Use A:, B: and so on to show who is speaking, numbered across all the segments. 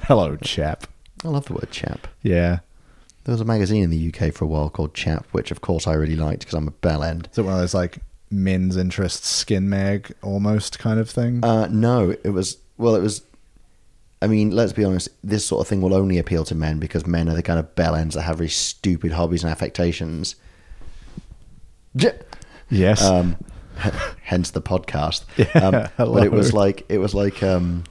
A: Hello, chap.
B: I love the word chap.
A: Yeah.
B: There was a magazine in the UK for a while called Chap, which of course I really liked because I'm a bell end.
A: Is it one of those like men's interest skin mag almost kind of thing?
B: Uh, no, it was well, it was. I mean, let's be honest. This sort of thing will only appeal to men because men are the kind of bell ends that have really stupid hobbies and affectations. J-
A: yes.
B: Um, h- hence the podcast.
A: Yeah,
B: um, but it was
A: hello.
B: like it was like um,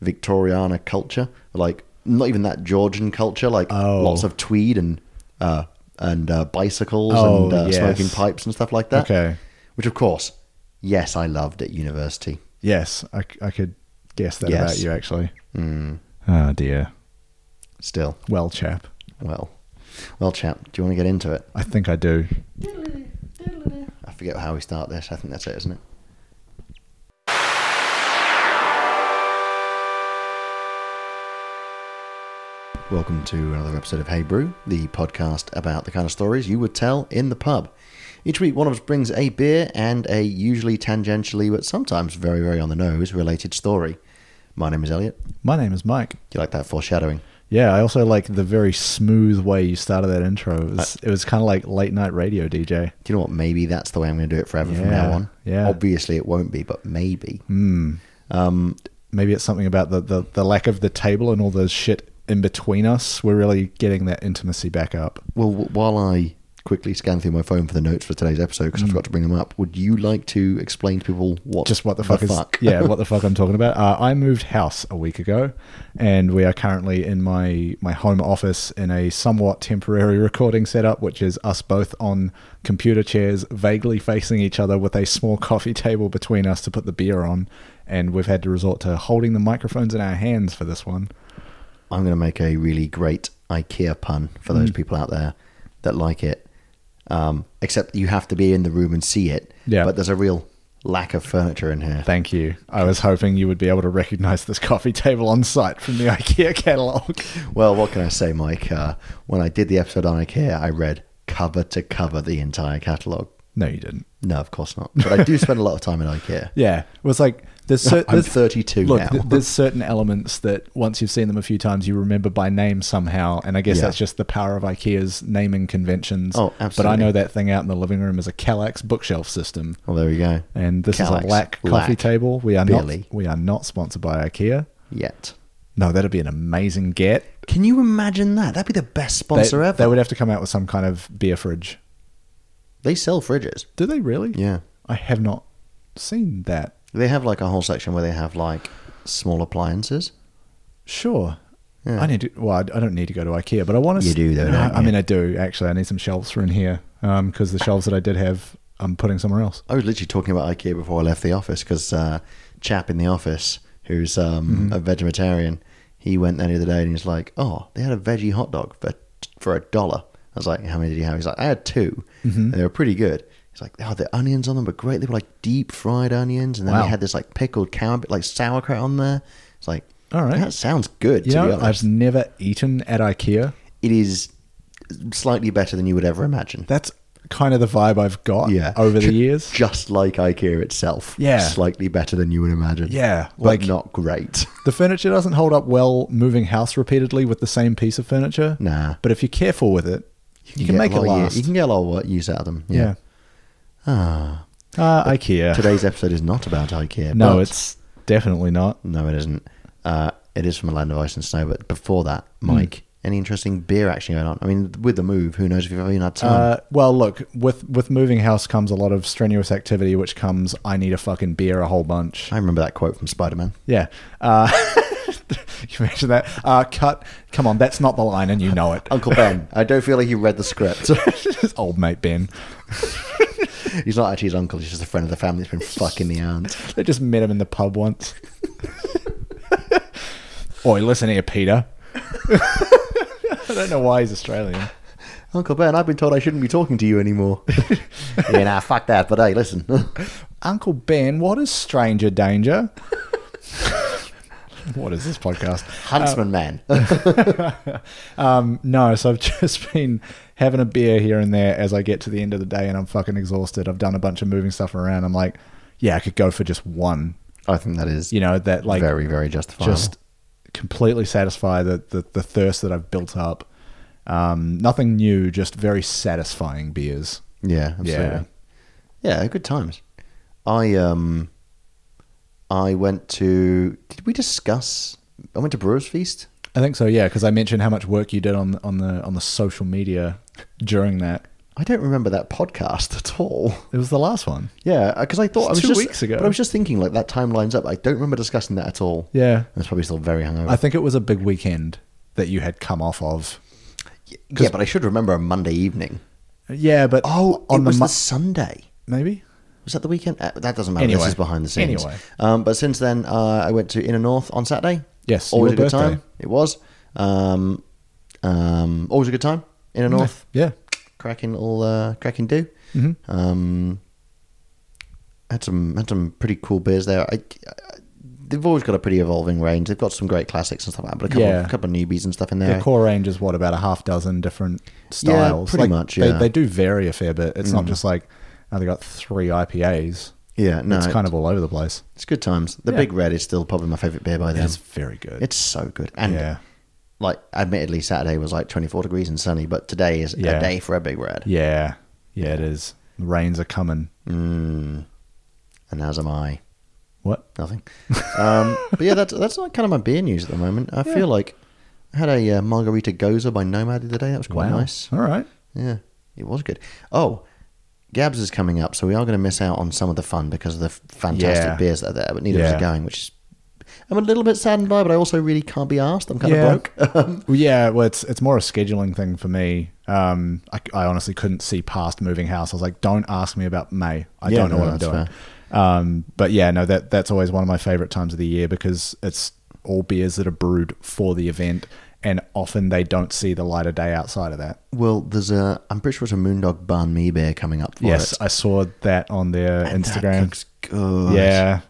B: Victoriana culture, like not even that Georgian culture, like
A: Oh.
B: lots of tweed and uh, and uh, bicycles
A: Oh,
B: and uh,
A: yes.
B: smoking pipes and stuff like that.
A: Okay.
B: Which, of course, yes, I loved at university.
A: yes. I, c- I could guess that
B: Yes.
A: about you, actually.
B: Mm,
A: Oh, dear.
B: still,
A: Well, chap.
B: well, well, chap, do you want to get into it?
A: I think I do.
B: I forget how we start this. I think that's it, isn't it? Welcome to another episode of Hey Brew, the podcast about the kind of stories you would tell in the pub. Each week, one of us brings a beer and a usually tangentially, but sometimes very, very on the nose related story. My name is Elliot. Do
A: My name is Mike.
B: you like that foreshadowing?
A: Yeah, I also like the very smooth way you started that intro. It was, it was kind of like late night radio DJ.
B: Do you know what? Maybe that's the way I'm going to do it forever from
A: Yeah,
B: now on.
A: yeah.
B: Obviously, it won't be, but maybe.
A: Hmm.
B: Um,
A: Maybe it's something about the, the, the lack of the table and all the shit in between us. We're really getting that intimacy back up.
B: Well, w- while I quickly scan through my phone for the notes for today's episode because I forgot to bring them up, would you like to explain to people what
A: Hmm. Just what the fuck is yeah, what the fuck I'm talking about. Uh, I moved house a week ago, and we are currently in my my home office in a somewhat temporary recording setup, which is us both on computer chairs, vaguely facing each other, with a small coffee table between us to put the beer on, and we've had to resort to holding the microphones in our hands for this one.
B: I'm going to make a really great IKEA pun for
A: Hmm.
B: those people out there that like it. Um, except you have to be in the room and see it.
A: Yeah.
B: But there's a real lack of furniture in here.
A: Thank you. I was hoping you would be able to recognize this coffee table on site from the IKEA catalog.
B: Well, what can I say, Mike? Uh, when I did the episode on IKEA, I read cover to cover the entire catalogue.
A: No, you didn't.
B: No, of course not. But I do spend a lot of time in IKEA.
A: Yeah, it was like there's cer-
B: I'm
A: there's-
B: 32
A: look,
B: now.
A: th- there's certain elements that once you've seen them a few times, you remember by name somehow, and I guess
B: Yeah.
A: that's just the power of IKEA's naming conventions.
B: Oh,
A: But I
B: absolutely.
A: know that thing out in the living room is a Kallax bookshelf system,
B: Well, there we go.
A: and this is a
B: Kallax,
A: lack coffee
B: lack,
A: table. We are
B: barely.
A: not we are not sponsored by IKEA.
B: Yet.
A: No, that'd be an amazing get.
B: Can you imagine that? That'd be the best
A: They,
B: sponsor ever.
A: they would have to come out with some kind of beer fridge.
B: They sell fridges.
A: Do they really?
B: Yeah.
A: I have not seen that.
B: They have like a whole section where they have like small appliances.
A: Sure.
B: Yeah.
A: I need to. Well, I I don't need to go to IKEA, but I want to.
B: You do though,
A: No,
B: don't
A: I
B: you?
A: mean, I do actually. I need some shelves for in here because the shelves that I did have, I'm putting somewhere else.
B: I was literally talking about IKEA before I left the office because uh, chap in the office who's um, a vegetarian, he went there the other day and he's like, "Oh, they had a veggie hot dog for for a dollar." I was like, "How many did you have?" He's like, "I had 2 and they were pretty good." He's like, "Oh, the onions on them were great. They were like deep fried onions, and then
A: Wow.
B: they had this like pickled carrot, like sauerkraut on there." It's like,
A: All right.
B: that sounds good."
A: You
B: to be
A: know,
B: honest.
A: I've never eaten at IKEA.
B: it is slightly better than you would ever imagine.
A: That's kind of the vibe I've got.
B: yeah,
A: Over
B: Ju-
A: the years.
B: just like IKEA itself.
A: Yeah.
B: slightly better than you would imagine.
A: Yeah,
B: but
A: like-
B: not great.
A: The furniture doesn't hold up well moving house repeatedly with the same piece of furniture.
B: Nah.
A: But if you're careful with it, you can,
B: get
A: make
B: a
A: it
B: lot of u-
A: last.
B: You can get a lot of work use out of them.
A: yeah.
B: Yeah. Ah,
A: Uh, IKEA.
B: today's episode is not about IKEA.
A: no,
B: but-
A: it's definitely not.
B: no, it isn't. Uh, it is from a land of ice and snow. But before that,
A: Hmm.
B: Mike, any interesting beer action going on? I mean, with the move, who knows if you've ever even had time?
A: Uh, well, look, with with moving house comes a lot of strenuous activity, which comes I need a fucking beer a whole bunch.
B: I remember that quote from Spider Man.
A: Yeah. Uh, you mentioned that. Uh, cut. Come on, that's not the line, and you know it.
B: Uncle Ben. I don't feel like he read the script.
A: Old mate Ben.
B: he's not actually his uncle. He's just a friend of the family that's been fucking the aunt.
A: They just met him in the pub once. Oi, listen here, Peter. I don't know why he's Australian.
B: Uncle Ben, I've been told I shouldn't be talking to you anymore. yeah, nah, fuck that. But hey, listen.
A: Uncle Ben, what is stranger danger? what is this podcast?
B: Huntsman man.
A: Uh, Um, no, so I've just been having a beer here and there as I get to the end of the day and I'm fucking exhausted. I've done a bunch of moving stuff around. I'm like, yeah, I could go for just one.
B: I think that is
A: You know, that like
B: very, very justifiable.
A: just completely satisfy the, the, the thirst that I've built up. Um, nothing new, just very satisfying beers.
B: Yeah, absolutely.
A: Yeah.
B: Yeah, good times. I um, I went to. Did we discuss? I went to Brewers Feast.
A: I think so, yeah, because I mentioned how much work you did on on the on the social media during that.
B: I don't remember that podcast at all.
A: It was the last one.
B: Yeah, because I
A: It's
B: thought I was
A: two
B: just,
A: weeks ago.
B: But I was just thinking like that time lines up. I don't remember discussing that at all.
A: Yeah,
B: I was probably still very hungover.
A: I think it was a big weekend that you had come off of.
B: yeah, but I should remember a Monday evening.
A: Yeah, but
B: Oh,
A: on
B: it
A: the,
B: was
A: mo-
B: the Sunday.
A: maybe.
B: Was that the weekend? Uh, that doesn't matter.
A: Anyway.
B: This is behind the scenes.
A: Anyway.
B: Um, but since then, uh, I went to Inner North on Saturday.
A: Yes,
B: always a
A: your
B: good
A: birthday.
B: time. It was. Um, um, always a good time. Inner North,
A: Yeah,
B: cracking little uh, cracking do.
A: Mhm.
B: Um, had some had some pretty cool beers there. I, I, they've always got a pretty evolving range. They've got some great classics and stuff like that, but a couple,
A: Yeah.
B: of, couple of newbies and stuff in there.
A: their core range is what about a half dozen different styles.
B: pretty
A: Like,
B: much,
A: they-
B: yeah. Mm.
A: they, do vary a fair bit. It's not just like oh, they got three IPAs.
B: Yeah, no,
A: it's
B: it-
A: kind of all over the place.
B: it's good times. The
A: Yeah.
B: Big Red is still probably my favorite beer by them.
A: It's very good.
B: It's so good. And
A: Yeah.
B: like admittedly Saturday was like 24 degrees and sunny, but today is
A: Yeah.
B: a day for a big red.
A: yeah, yeah, it is. The rains are coming.
B: Mm. And as am I.
A: What?
B: Nothing. um, but yeah, that's that's like kind of my beer news at the moment. I feel like I had a uh, margarita goza by Nomad the other day. That was quite nice.
A: All right.
B: Yeah, it was good. Oh, Gabs is coming up, so we are going to miss out on some of the fun because of the f- fantastic
A: Yeah.
B: beers that are there. But neither of us
A: Yeah.
B: are going, which is I'm a little bit saddened by, but I also really can't be asked. I'm kind
A: Yeah.
B: of broke. Um,
A: Well, yeah, well, it's it's more a scheduling thing for me. Um, I, I honestly couldn't see past moving house. I was like, don't ask me about May. I
B: Yeah,
A: don't know
B: no,
A: what I'm
B: that's
A: doing. Um, but yeah, no, that that's always one of my favorite times of the year because it's all beers that are brewed for the event, and often they don't see the light of day outside of that.
B: well, there's a I'm pretty sure it's a Moondog Barn Me beer coming up. For
A: yes,
B: it.
A: I saw that on their
B: And that
A: Instagram.
B: looks good.
A: yeah,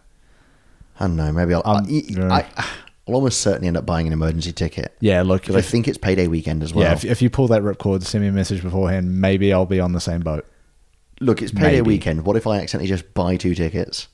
B: I don't know. Maybe I'll.
A: Um,
B: I, I, will almost certainly end up buying an emergency ticket
A: yeah. Look,
B: because I
A: if,
B: think it's payday weekend as well.
A: yeah, if, if you pull that ripcord, send me a message beforehand. Maybe I'll be on the same boat.
B: Look, it's payday
A: Maybe.
B: weekend. What if I accidentally just buy two tickets?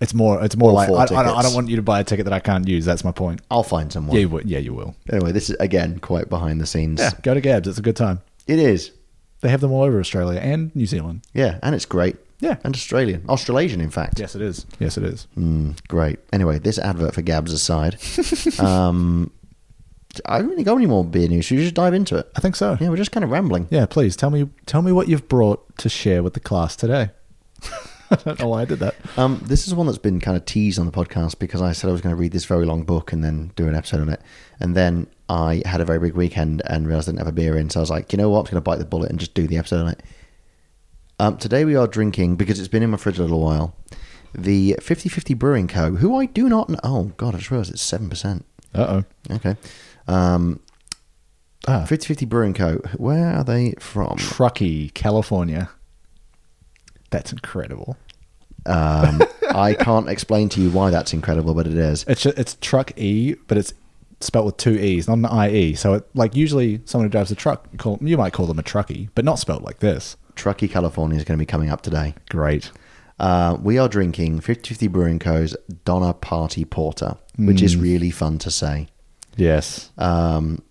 A: It's more. It's more
B: Or
A: like
B: four
A: I, I, don't, I
B: tickets.
A: don't want you to buy a ticket that I can't use. That's my point.
B: I'll find someone.
A: Yeah, you will. Yeah, you will.
B: Anyway, this is again quite behind the scenes.
A: Yeah, go to Gabs. It's a good time.
B: It is.
A: They have them all over Australia and New Zealand.
B: Yeah, and it's great.
A: Yeah. Hmm.
B: and Australian, Australasian, in fact.
A: Yes, it is. Yes, it is.
B: Mm, great. Anyway, this advert for Gabs aside, um, I haven't really got any more beer news. Should we just dive into it?
A: I think so. Yeah.
B: Yeah, we're just kind of rambling.
A: please tell me tell me what you've brought to share with the class today. I don't know why I did that.
B: Um, this is one that's been kind of teased on the podcast because I said I was going to read this very long book and then do an episode on it. And then I had a very big weekend and realized I didn't have a beer in. So I was like, you know what? I'm going to bite the bullet and just do the episode on it. Um, today we are drinking, because it's been in my fridge a little while, the 5050 Brewing Co., who I do not know. Oh, God, I just realized it's 7%.
A: Uh oh.
B: Okay. Um,
A: Ah,
B: 5050 Brewing Co., where are they from?
A: Truckee, California. That's incredible.
B: Um, I can't explain to you why that's incredible, but it is.
A: It's ju- it's truck E, but it's spelled with two E's, not an I E. So it like usually someone who drives a truck, you call you might call them a truckie, but not spelled like this.
B: Truckee, California is going to be coming up today.
A: Great.
B: Uh, we are drinking 5050 Brewing Co.'s Donna Party Porter, which is really fun to say.
A: Yes.
B: Um,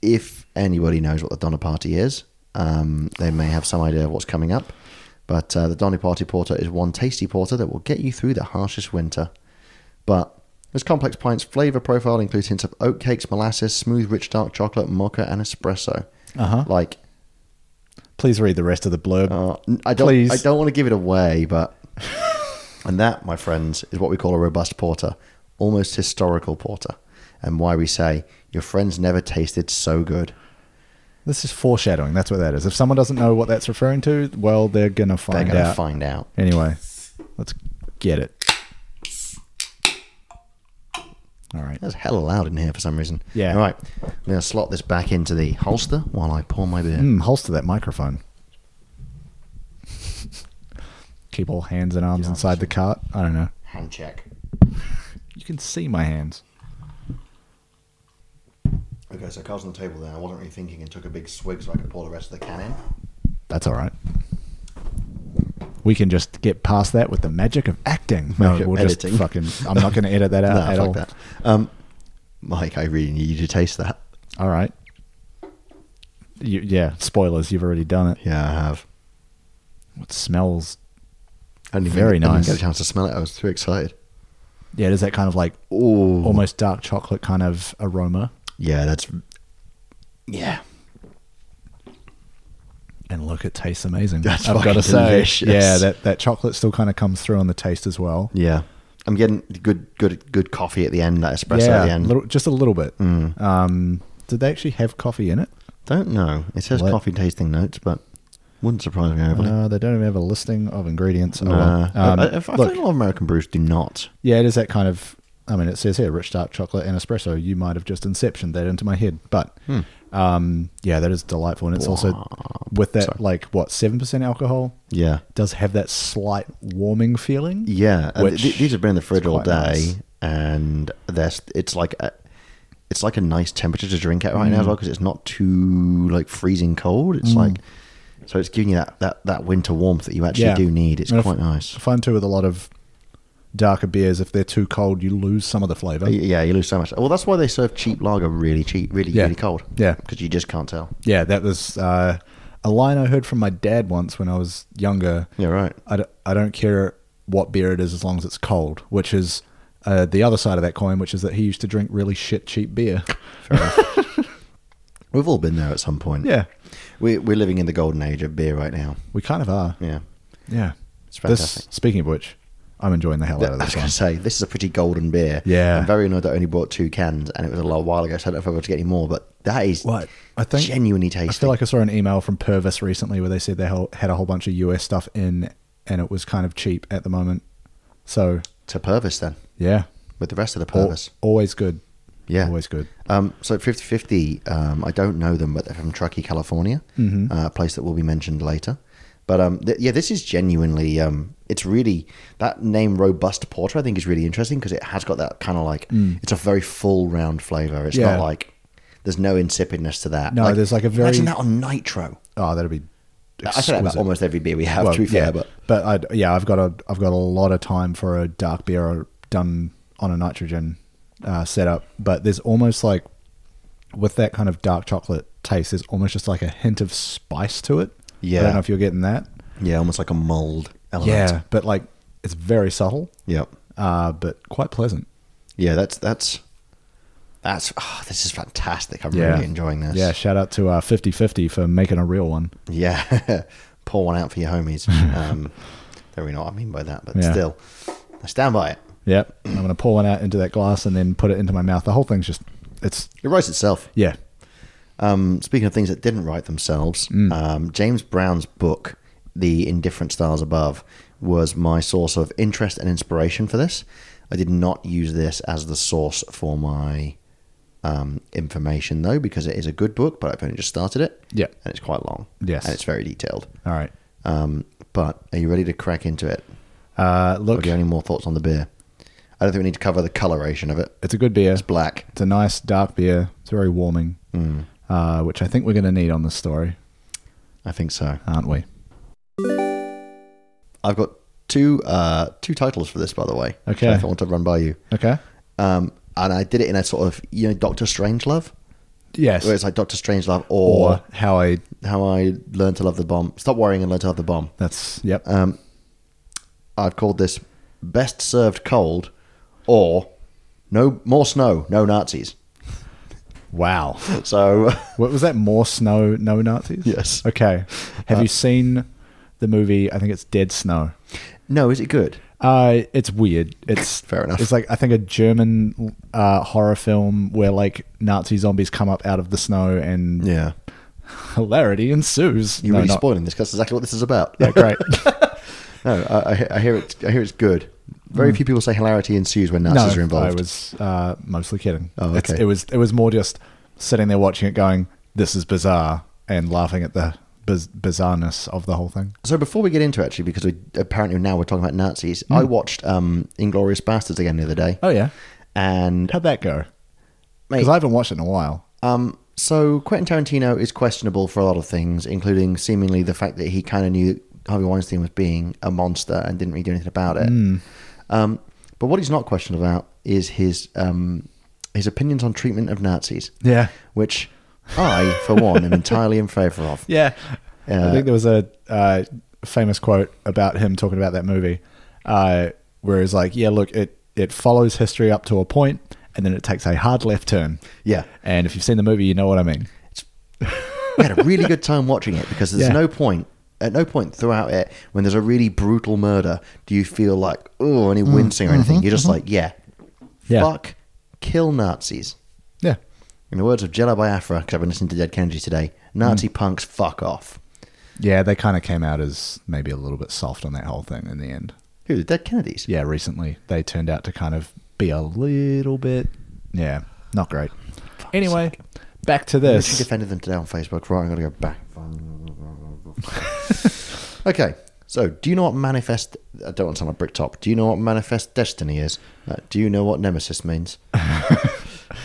B: if anybody knows what the Donna Party is, um, they may have some idea of what's coming up. But uh, the Donna Party Porter is one tasty porter that will get you through the harshest winter. But this complex pint's flavour profile includes hints of oat cakes, molasses, smooth, rich dark chocolate, mocha, and espresso.
A: Uh-huh.
B: Like,
A: Please read the rest of the blurb.
B: uh, n- I don't.
A: Please.
B: I don't want to give it away, but and that, my friends, is what we call a robust porter, almost historical porter, and why we say your friends never tasted so good.
A: This is foreshadowing. That's what that is. If someone doesn't know what that's referring to, well, they're gonna
B: They're
A: find
B: going to
A: out.
B: find out.
A: anyway, let's get it. All right.
B: That's hella loud in here for some reason.
A: Yeah.
B: All right. I'm going to slot this back into the holster while I pour my beer.
A: Mm, holster that microphone. Keep all hands and arms inside the cart. I don't know.
B: Hand check.
A: You can see my hands.
B: Okay, so cards on the table. There, I wasn't really thinking and took a big swig so I could pour the rest of the can in.
A: That's all right. we can just get past that with the magic of acting. No,
B: Magic of
A: we'll
B: editing.
A: just fucking. I'm not going to edit that out
B: nah,
A: at
B: fuck
A: all.
B: that. Um, Mike, I really need you to taste that.
A: All right. You, yeah, spoilers. You've already done it.
B: Yeah, I have.
A: It smells.
B: I didn't
A: Very
B: even, I didn't
A: nice.
B: get a chance to smell it. I was too excited.
A: Yeah, it is that kind of like
B: Oh,
A: almost dark chocolate kind of aroma
B: yeah, that's yeah.
A: and look it tastes amazing
B: That's
A: i've got to
B: fucking
A: say
B: delicious.
A: yeah that, that chocolate still kind of comes through on the taste as well
B: Yeah, I'm getting good, good, good coffee at the end. That espresso at the end.
A: little, just a little bit
B: Mm.
A: um, did they actually have coffee in it
B: Don't know. It says
A: What?
B: coffee tasting notes, but wouldn't surprise me overly.
A: uh, they don't even have a listing of ingredients Oh, well.
B: Nah.
A: um,
B: I, I, I think
A: look,
B: a lot of American brews do not.
A: yeah it is that kind of i mean it says here rich dark chocolate and espresso you might have just inceptioned that into my head but um, yeah that is delightful and it's also with that
B: Sorry.
A: like what 7% alcohol
B: Yeah,
A: does have that slight warming feeling
B: yeah. Uh, th-
A: Which
B: these have been in the fridge
A: is
B: all
A: quite
B: day,
A: nice.
B: and there's it's like a, it's like a nice temperature to drink at
A: Mm.
B: right now as well because it's not too like freezing cold. It's like so it's giving you that, that, that winter warmth that you actually
A: Yeah.
B: do need. It's
A: And if-
B: quite nice.
A: Fun too with a lot of darker beers. If they're too cold, you lose some of the flavor.
B: Yeah, you lose so much. Well, that's why they serve cheap lager really cheap, really
A: Yeah.
B: really cold.
A: Yeah.
B: because you just can't tell.
A: Yeah, that was uh, a line I heard from my dad once when I was younger.
B: Yeah, right.
A: I, d- I don't care what beer it is as long as it's cold, which is uh, the other side of that coin, which is that he used to drink really shit cheap beer.
B: We've all been there at some point.
A: Yeah,
B: We're, we're living in the golden age of beer right now.
A: we kind of are.
B: Yeah.
A: Yeah.
B: It's
A: This,
B: fantastic.
A: speaking of which, I'm enjoying the hell out of
B: I was
A: this
B: going
A: one.
B: to say, this is a pretty golden beer.
A: Yeah.
B: I'm very annoyed that I only bought two cans and it was a little while ago, so I don't know if I was to get any more, but that is
A: What? I think-
B: genuinely
A: I
B: tasty.
A: feel like I saw an email from Purvis recently where they said they hel- had a whole bunch of US stuff in and it was kind of cheap at the moment. So,
B: to Purvis then,
A: yeah,
B: with the rest of the
A: Al-
B: Purvis.
A: always good.
B: yeah.
A: Always good.
B: Um, so 50 50, um, I don't know them, but they're from Truckee, California,
A: Mhm.
B: uh, a place that will be mentioned later. But um, th- yeah, this is genuinely, um, it's really, that name Robust Porter, I think is really interesting because it has got that kind of like, it's a very full round flavor. It's
A: Mm. Yeah.
B: not like, there's no insipidness to that.
A: No, there's like a very-
B: Imagine that on nitro.
A: Oh, that'll be.
B: I say that about
A: exquisite.
B: almost every beer we have,
A: Well,
B: to be fair,
A: yeah,
B: but
A: but I'd, yeah, I've got a I've got a lot of time for a dark beer done on a nitrogen uh, setup. But there's almost like with that kind of dark chocolate taste, there's almost just like a hint of spice to it. I
B: Yeah.
A: don't know if you're getting that.
B: yeah, almost like a mold element.
A: Yeah, but like it's very subtle,
B: Yep.
A: uh, but quite pleasant.
B: Yeah, that's, that's, that's, oh, this is fantastic. I'm
A: Yeah.
B: really enjoying this.
A: Yeah, shout out to uh, 5050 for making a real one.
B: Yeah, pour one out for your homies. Um, don't really know what I mean by that, but
A: Yeah.
B: still, I stand by it.
A: Yep, I'm gonna pour one out into that glass and then put it into my mouth. The whole thing's just it's
B: It writes itself.
A: yeah.
B: Um, speaking of things that didn't write themselves,
A: Mm.
B: um, James Brown's book, The Indifferent Stars Above, was my source of interest and inspiration for this. I did not use this as the source for my um, information, though, because it is a good book, but I've only just started it.
A: Yeah.
B: And it's quite long.
A: Yes.
B: And it's very detailed.
A: All right.
B: Um, but are you ready to crack into it?
A: Uh,
B: Or
A: look,
B: do you have any more thoughts on the beer? I don't think we need to cover the coloration of it.
A: it's a good beer.
B: It's black. Mm.
A: It's a nice dark beer. It's very warming, uh, which I think we're going to need on this story,
B: I think so.
A: aren't we?
B: I've got two uh, two titles for this, by the way. which
A: Okay.
B: I want to run by you.
A: Okay.
B: Um, and I did it in a sort of you know Doctor Strangelove,
A: Yes.
B: where it's like Doctor Strangelove
A: or,
B: or,
A: how I.
B: How I Learned to Love the Bomb. Stop worrying and learn to love the bomb.
A: That's yep.
B: Um, I've called this Best Served Cold, or No More Snow, No Nazis.
A: wow.
B: So
A: What was that? More snow, no Nazis.
B: Yes.
A: Okay. Have
B: Uh,
A: you seen the movie? I think it's Dead Snow.
B: no, is it good?
A: Uh, it's weird. It's
B: Fair enough.
A: It's like I think a German uh, horror film where like Nazi zombies come up out of the snow and
B: Yeah,
A: hilarity ensues.
B: you're
A: No,
B: really
A: not-
B: spoiling this. 'cause That's exactly what this is about.
A: Yeah, great.
B: No, I, I- I hear it. I hear it's good. Very few people say hilarity ensues when Nazis are
A: Mm.
B: involved.
A: I was uh, mostly kidding.
B: Oh,
A: It's-
B: okay.
A: it was it was more just sitting there watching it, going, "This is bizarre," and laughing at the biz- bizarreness of the whole thing.
B: So before we get into it, actually, because we apparently now we're talking about Nazis, I watched um, Inglorious Bastards again the other day,
A: Mm. Oh yeah,
B: and
A: how'd that go?
B: Mate.
A: Because I haven't watched it in a while.
B: um, so Quentin Tarantino is questionable for a lot of things, including seemingly the fact that he kind of knew Harvey Weinstein was being a monster and didn't really do anything about it.
A: Mm.
B: Um, but what he's not questioned about is his um, his opinions on treatment of Nazis,
A: Yeah.
B: which I, for one, am entirely in favour of.
A: Yeah.
B: Uh,
A: I think there was a uh, famous quote about him talking about that movie, uh, where he's like, "Yeah, look, it it follows history up to a point, and then it takes a hard left turn."
B: Yeah.
A: And if you've seen the movie, you know what I mean.
B: we had a really good time watching it because there's
A: Yeah.
B: no point at no point throughout it when there's a really brutal murder do you feel like oh any wincing or anything you're just like yeah,
A: Mm-hmm. Yeah.
B: fuck kill nazis
A: Yeah.
B: in the words of Jello Biafra because I've been listening to Dead Kennedy today Nazi punks fuck off
A: Yeah, they kind of came out as maybe a little bit soft on that whole thing in the end.
B: who the Dead Kennedys
A: Yeah, recently they turned out to kind of be a little bit, yeah, not great. Anyway, back to
B: I
A: this.
B: actually defended them today on Facebook right I'm gonna go back okay so do you know what manifest I don't want to sound like brick top do you know what manifest destiny is uh, do you know what nemesis means uh,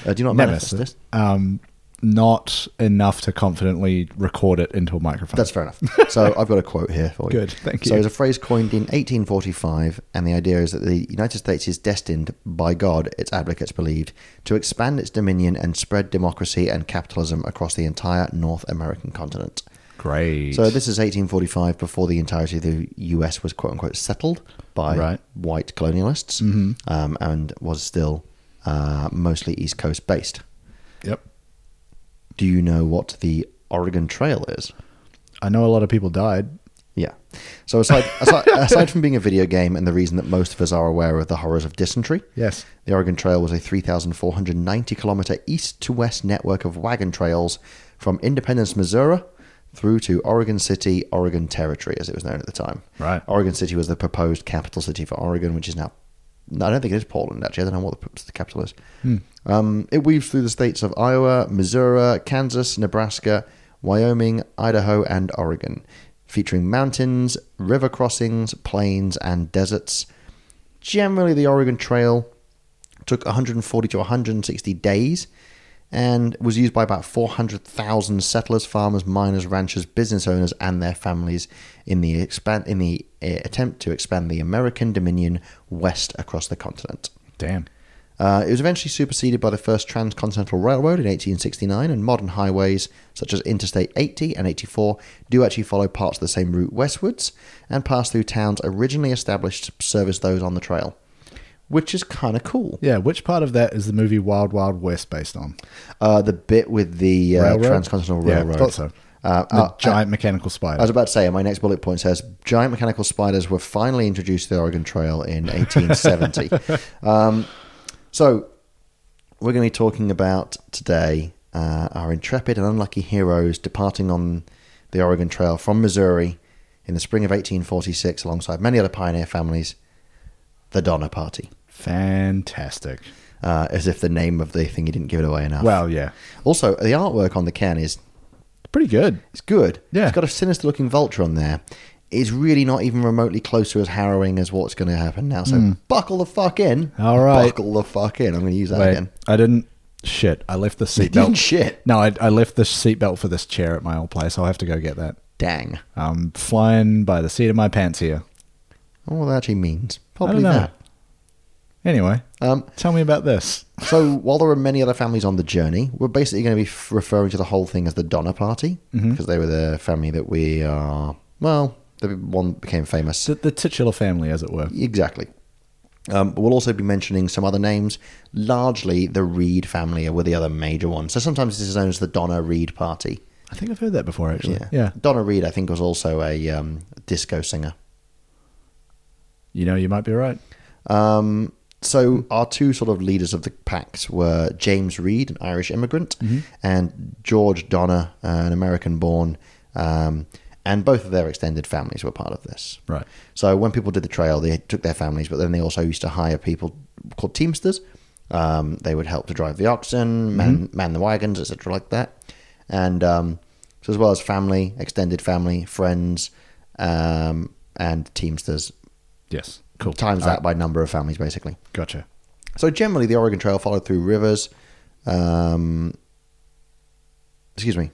B: do you know what manifest is
A: Nemesis. Um, not enough to confidently record it into a microphone.
B: That's fair enough. So I've got a quote here for you.
A: Good, thank
B: So
A: you.
B: it's a phrase coined in 1845, and the idea is that the United States is destined, by God, its advocates believed, to expand its dominion and spread democracy and capitalism across the entire North American continent.
A: great.
B: So this is 1845, before the entirety of the U.S. was "quote unquote" settled by
A: Right. Mm-hmm.
B: white colonialists, um, and was still uh, mostly East Coast based.
A: yep.
B: Do you know what the Oregon Trail is?
A: I know a lot of people died.
B: Yeah. So aside, aside, aside from being a video game and the reason that most of us are aware of the horrors of dysentery,
A: Yes.
B: the Oregon Trail was a 3,490 kilometer east to west network of wagon trails from Independence, Missouri, through to Oregon City, Oregon Territory, as it was known at the time.
A: Right.
B: Oregon City was the proposed capital city for Oregon, which is now. No, I don't think it is Portland, actually. I don't know what the, the capital is. Um, it weaves through the states of Iowa, Missouri, Kansas, Nebraska, Wyoming, Idaho, and Oregon, featuring mountains, river crossings, plains, and deserts. Generally, the Oregon Trail took 140 to 160 days and was used by about 400,000 settlers, farmers, miners, ranchers, business owners, and their families in the expand in the uh, attempt to expand the American dominion west across the continent.
A: Damn.
B: Uh, it was eventually superseded by the first transcontinental railroad in 1869, and modern highways such as Interstate 80 and 84 do actually follow parts of the same route westwards and pass through towns originally established to service those on the trail, which is kind of cool.
A: Yeah. Which part of that is the movie Wild Wild West based on?
B: Uh, the bit with the uh,
A: Railroad?
B: transcontinental
A: Yeah, I
B: railroad.
A: thought so.
B: Uh,
A: The
B: uh,
A: giant mechanical spider.
B: I was about to say, my next bullet point says giant mechanical spiders were finally introduced to the Oregon Trail in 1870. um, so, we're going to be talking about today uh, our intrepid and unlucky heroes departing on the Oregon Trail from Missouri in the spring of 1846 alongside many other pioneer families, the Donner Party.
A: Fantastic.
B: Uh, as if the name of the thing you didn't give it away enough.
A: Well, yeah.
B: Also, the artwork on the can is
A: Pretty good.
B: it's good.
A: Yeah.
B: It's got a sinister looking vulture on there. It's really not even remotely close to as harrowing as what's going to happen now. So buckle the fuck in.
A: Hmm. All right.
B: Buckle the fuck in. I'm going to use that
A: Wait,
B: again.
A: I didn't. Shit. I left the
B: Didn't
A: seatbelt.
B: shit.
A: No, I, I left the seatbelt for this chair at my old place. I'll have to go get that.
B: Dang.
A: I'm flying by the seat of my pants here.
B: I wonder what Oh, that actually means.
A: I
B: Probably
A: don't know.
B: that.
A: Anyway,
B: Um,
A: tell me about this.
B: so while there were many other families on the journey, we're basically going to be f- referring to the whole thing as the Donner Party because
A: Mm-hmm.
B: they were the family that we are. Well, the one that became famous.
A: The, the titular family, as it were.
B: Exactly. Um, but we'll also be mentioning some other names. Largely, the Reed family were the other major ones. So sometimes this is known as the Donna Reed Party.
A: I think I've heard that before, actually. Yeah.
B: Donna Reed, I think, was also a um, disco singer.
A: You know, you might be right.
B: Um, so our two sort of leaders of the packs were James Reed, an Irish immigrant, and George Donna, uh, an American-born. Um, and both of their extended families were part of this.
A: Right.
B: So when people did the trail, they took their families, but then they also used to hire people called teamsters. Um, they would help to drive the
A: Mm-hmm.
B: oxen, man, man the wagons, etc., like that. And um, so as well as family, extended family, friends, um, and teamsters,
A: Yes. Cool.
B: times
A: All right,
B: that by number of families, basically.
A: Gotcha.
B: So generally, the Oregon Trail followed through rivers. Um, excuse me.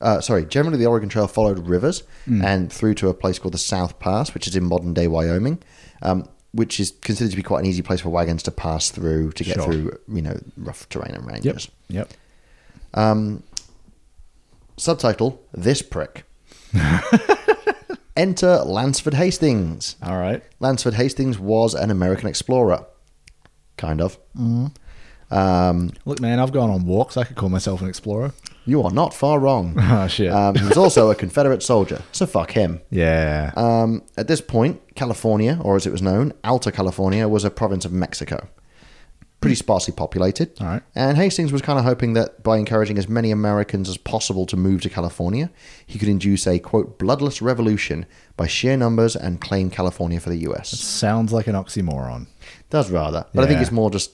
B: Uh, sorry, generally the Oregon Trail followed rivers
A: Hmm.
B: and through to a place called the South Pass, which is in modern day Wyoming, um, which is considered to be quite an easy place for wagons to pass through to get
A: Sure.
B: through, you know, rough terrain and ranges.
A: Yep. Yep.
B: Subtitle: This prick. Enter Lansford Hastings.
A: All right.
B: Lansford Hastings was an American explorer, kind of. Um,
A: Look, man, I've gone on walks. I could call myself an explorer.
B: you are not far wrong.
A: Ah, shit.
B: Um, he was also a Confederate soldier, so fuck him.
A: Yeah.
B: Um, at this point, California, or as it was known, Alta California, was a province of Mexico. Pretty sparsely populated.
A: All right.
B: And Hastings was kind of hoping that by encouraging as many Americans as possible to move to California, he could induce a, quote, bloodless revolution by sheer numbers and claim California for the U.S.
A: Sounds like an oxymoron.
B: Does rather. But I think
A: Yeah.
B: it's more just.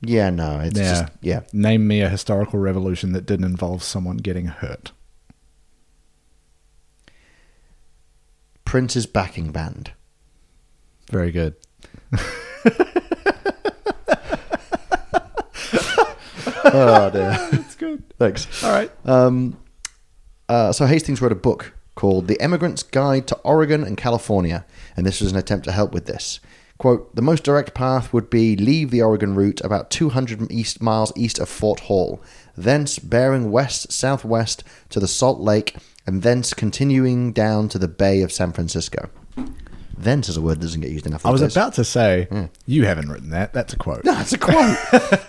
B: Yeah, no. It's
A: Yeah.
B: just. Yeah.
A: Name me a historical revolution that didn't involve someone getting hurt.
B: Prince's backing band.
A: Very good.
B: oh, dear.
A: That's good.
B: Thanks.
A: All right.
B: Um, uh, so Hastings wrote a book called The Emigrant's Guide to Oregon and California, and this was an attempt to help with this. Quote, the most direct path would be leave the Oregon route about 200 east miles east of Fort Hall, thence bearing west southwest to the Salt Lake, and thence continuing down to the Bay of San Francisco. Thence is a word that doesn't get used enough.
A: I was
B: these days.
A: about to say, you haven't written that. That's a quote.
B: Hmm. No, it's a quote.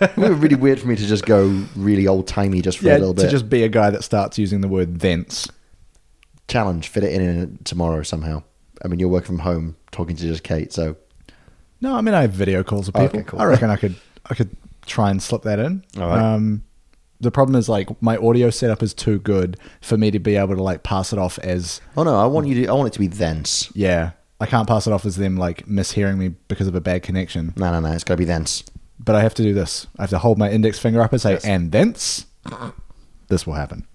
B: it would be really weird for me to just go really old timey just for a
A: yeah,
B: little
A: to
B: bit.
A: just be a guy that starts using the word thence.
B: challenge, fit it in, in tomorrow somehow. I mean, you're working from home, talking to just Kate, so
A: No, I mean I have video calls with people.
B: Oh, Okay, cool.
A: I reckon I could I could try and slip that in.
B: All right.
A: Um, the problem is like my audio setup is too good for me to be able to like pass it off as
B: oh no, I want you to, I want it to be thence.
A: yeah. I can't pass it off as them like mishearing me because of a bad connection.
B: No, no, no, it's got to be thence.
A: But I have to do this. I have to hold my index finger up and say, and thence this will happen.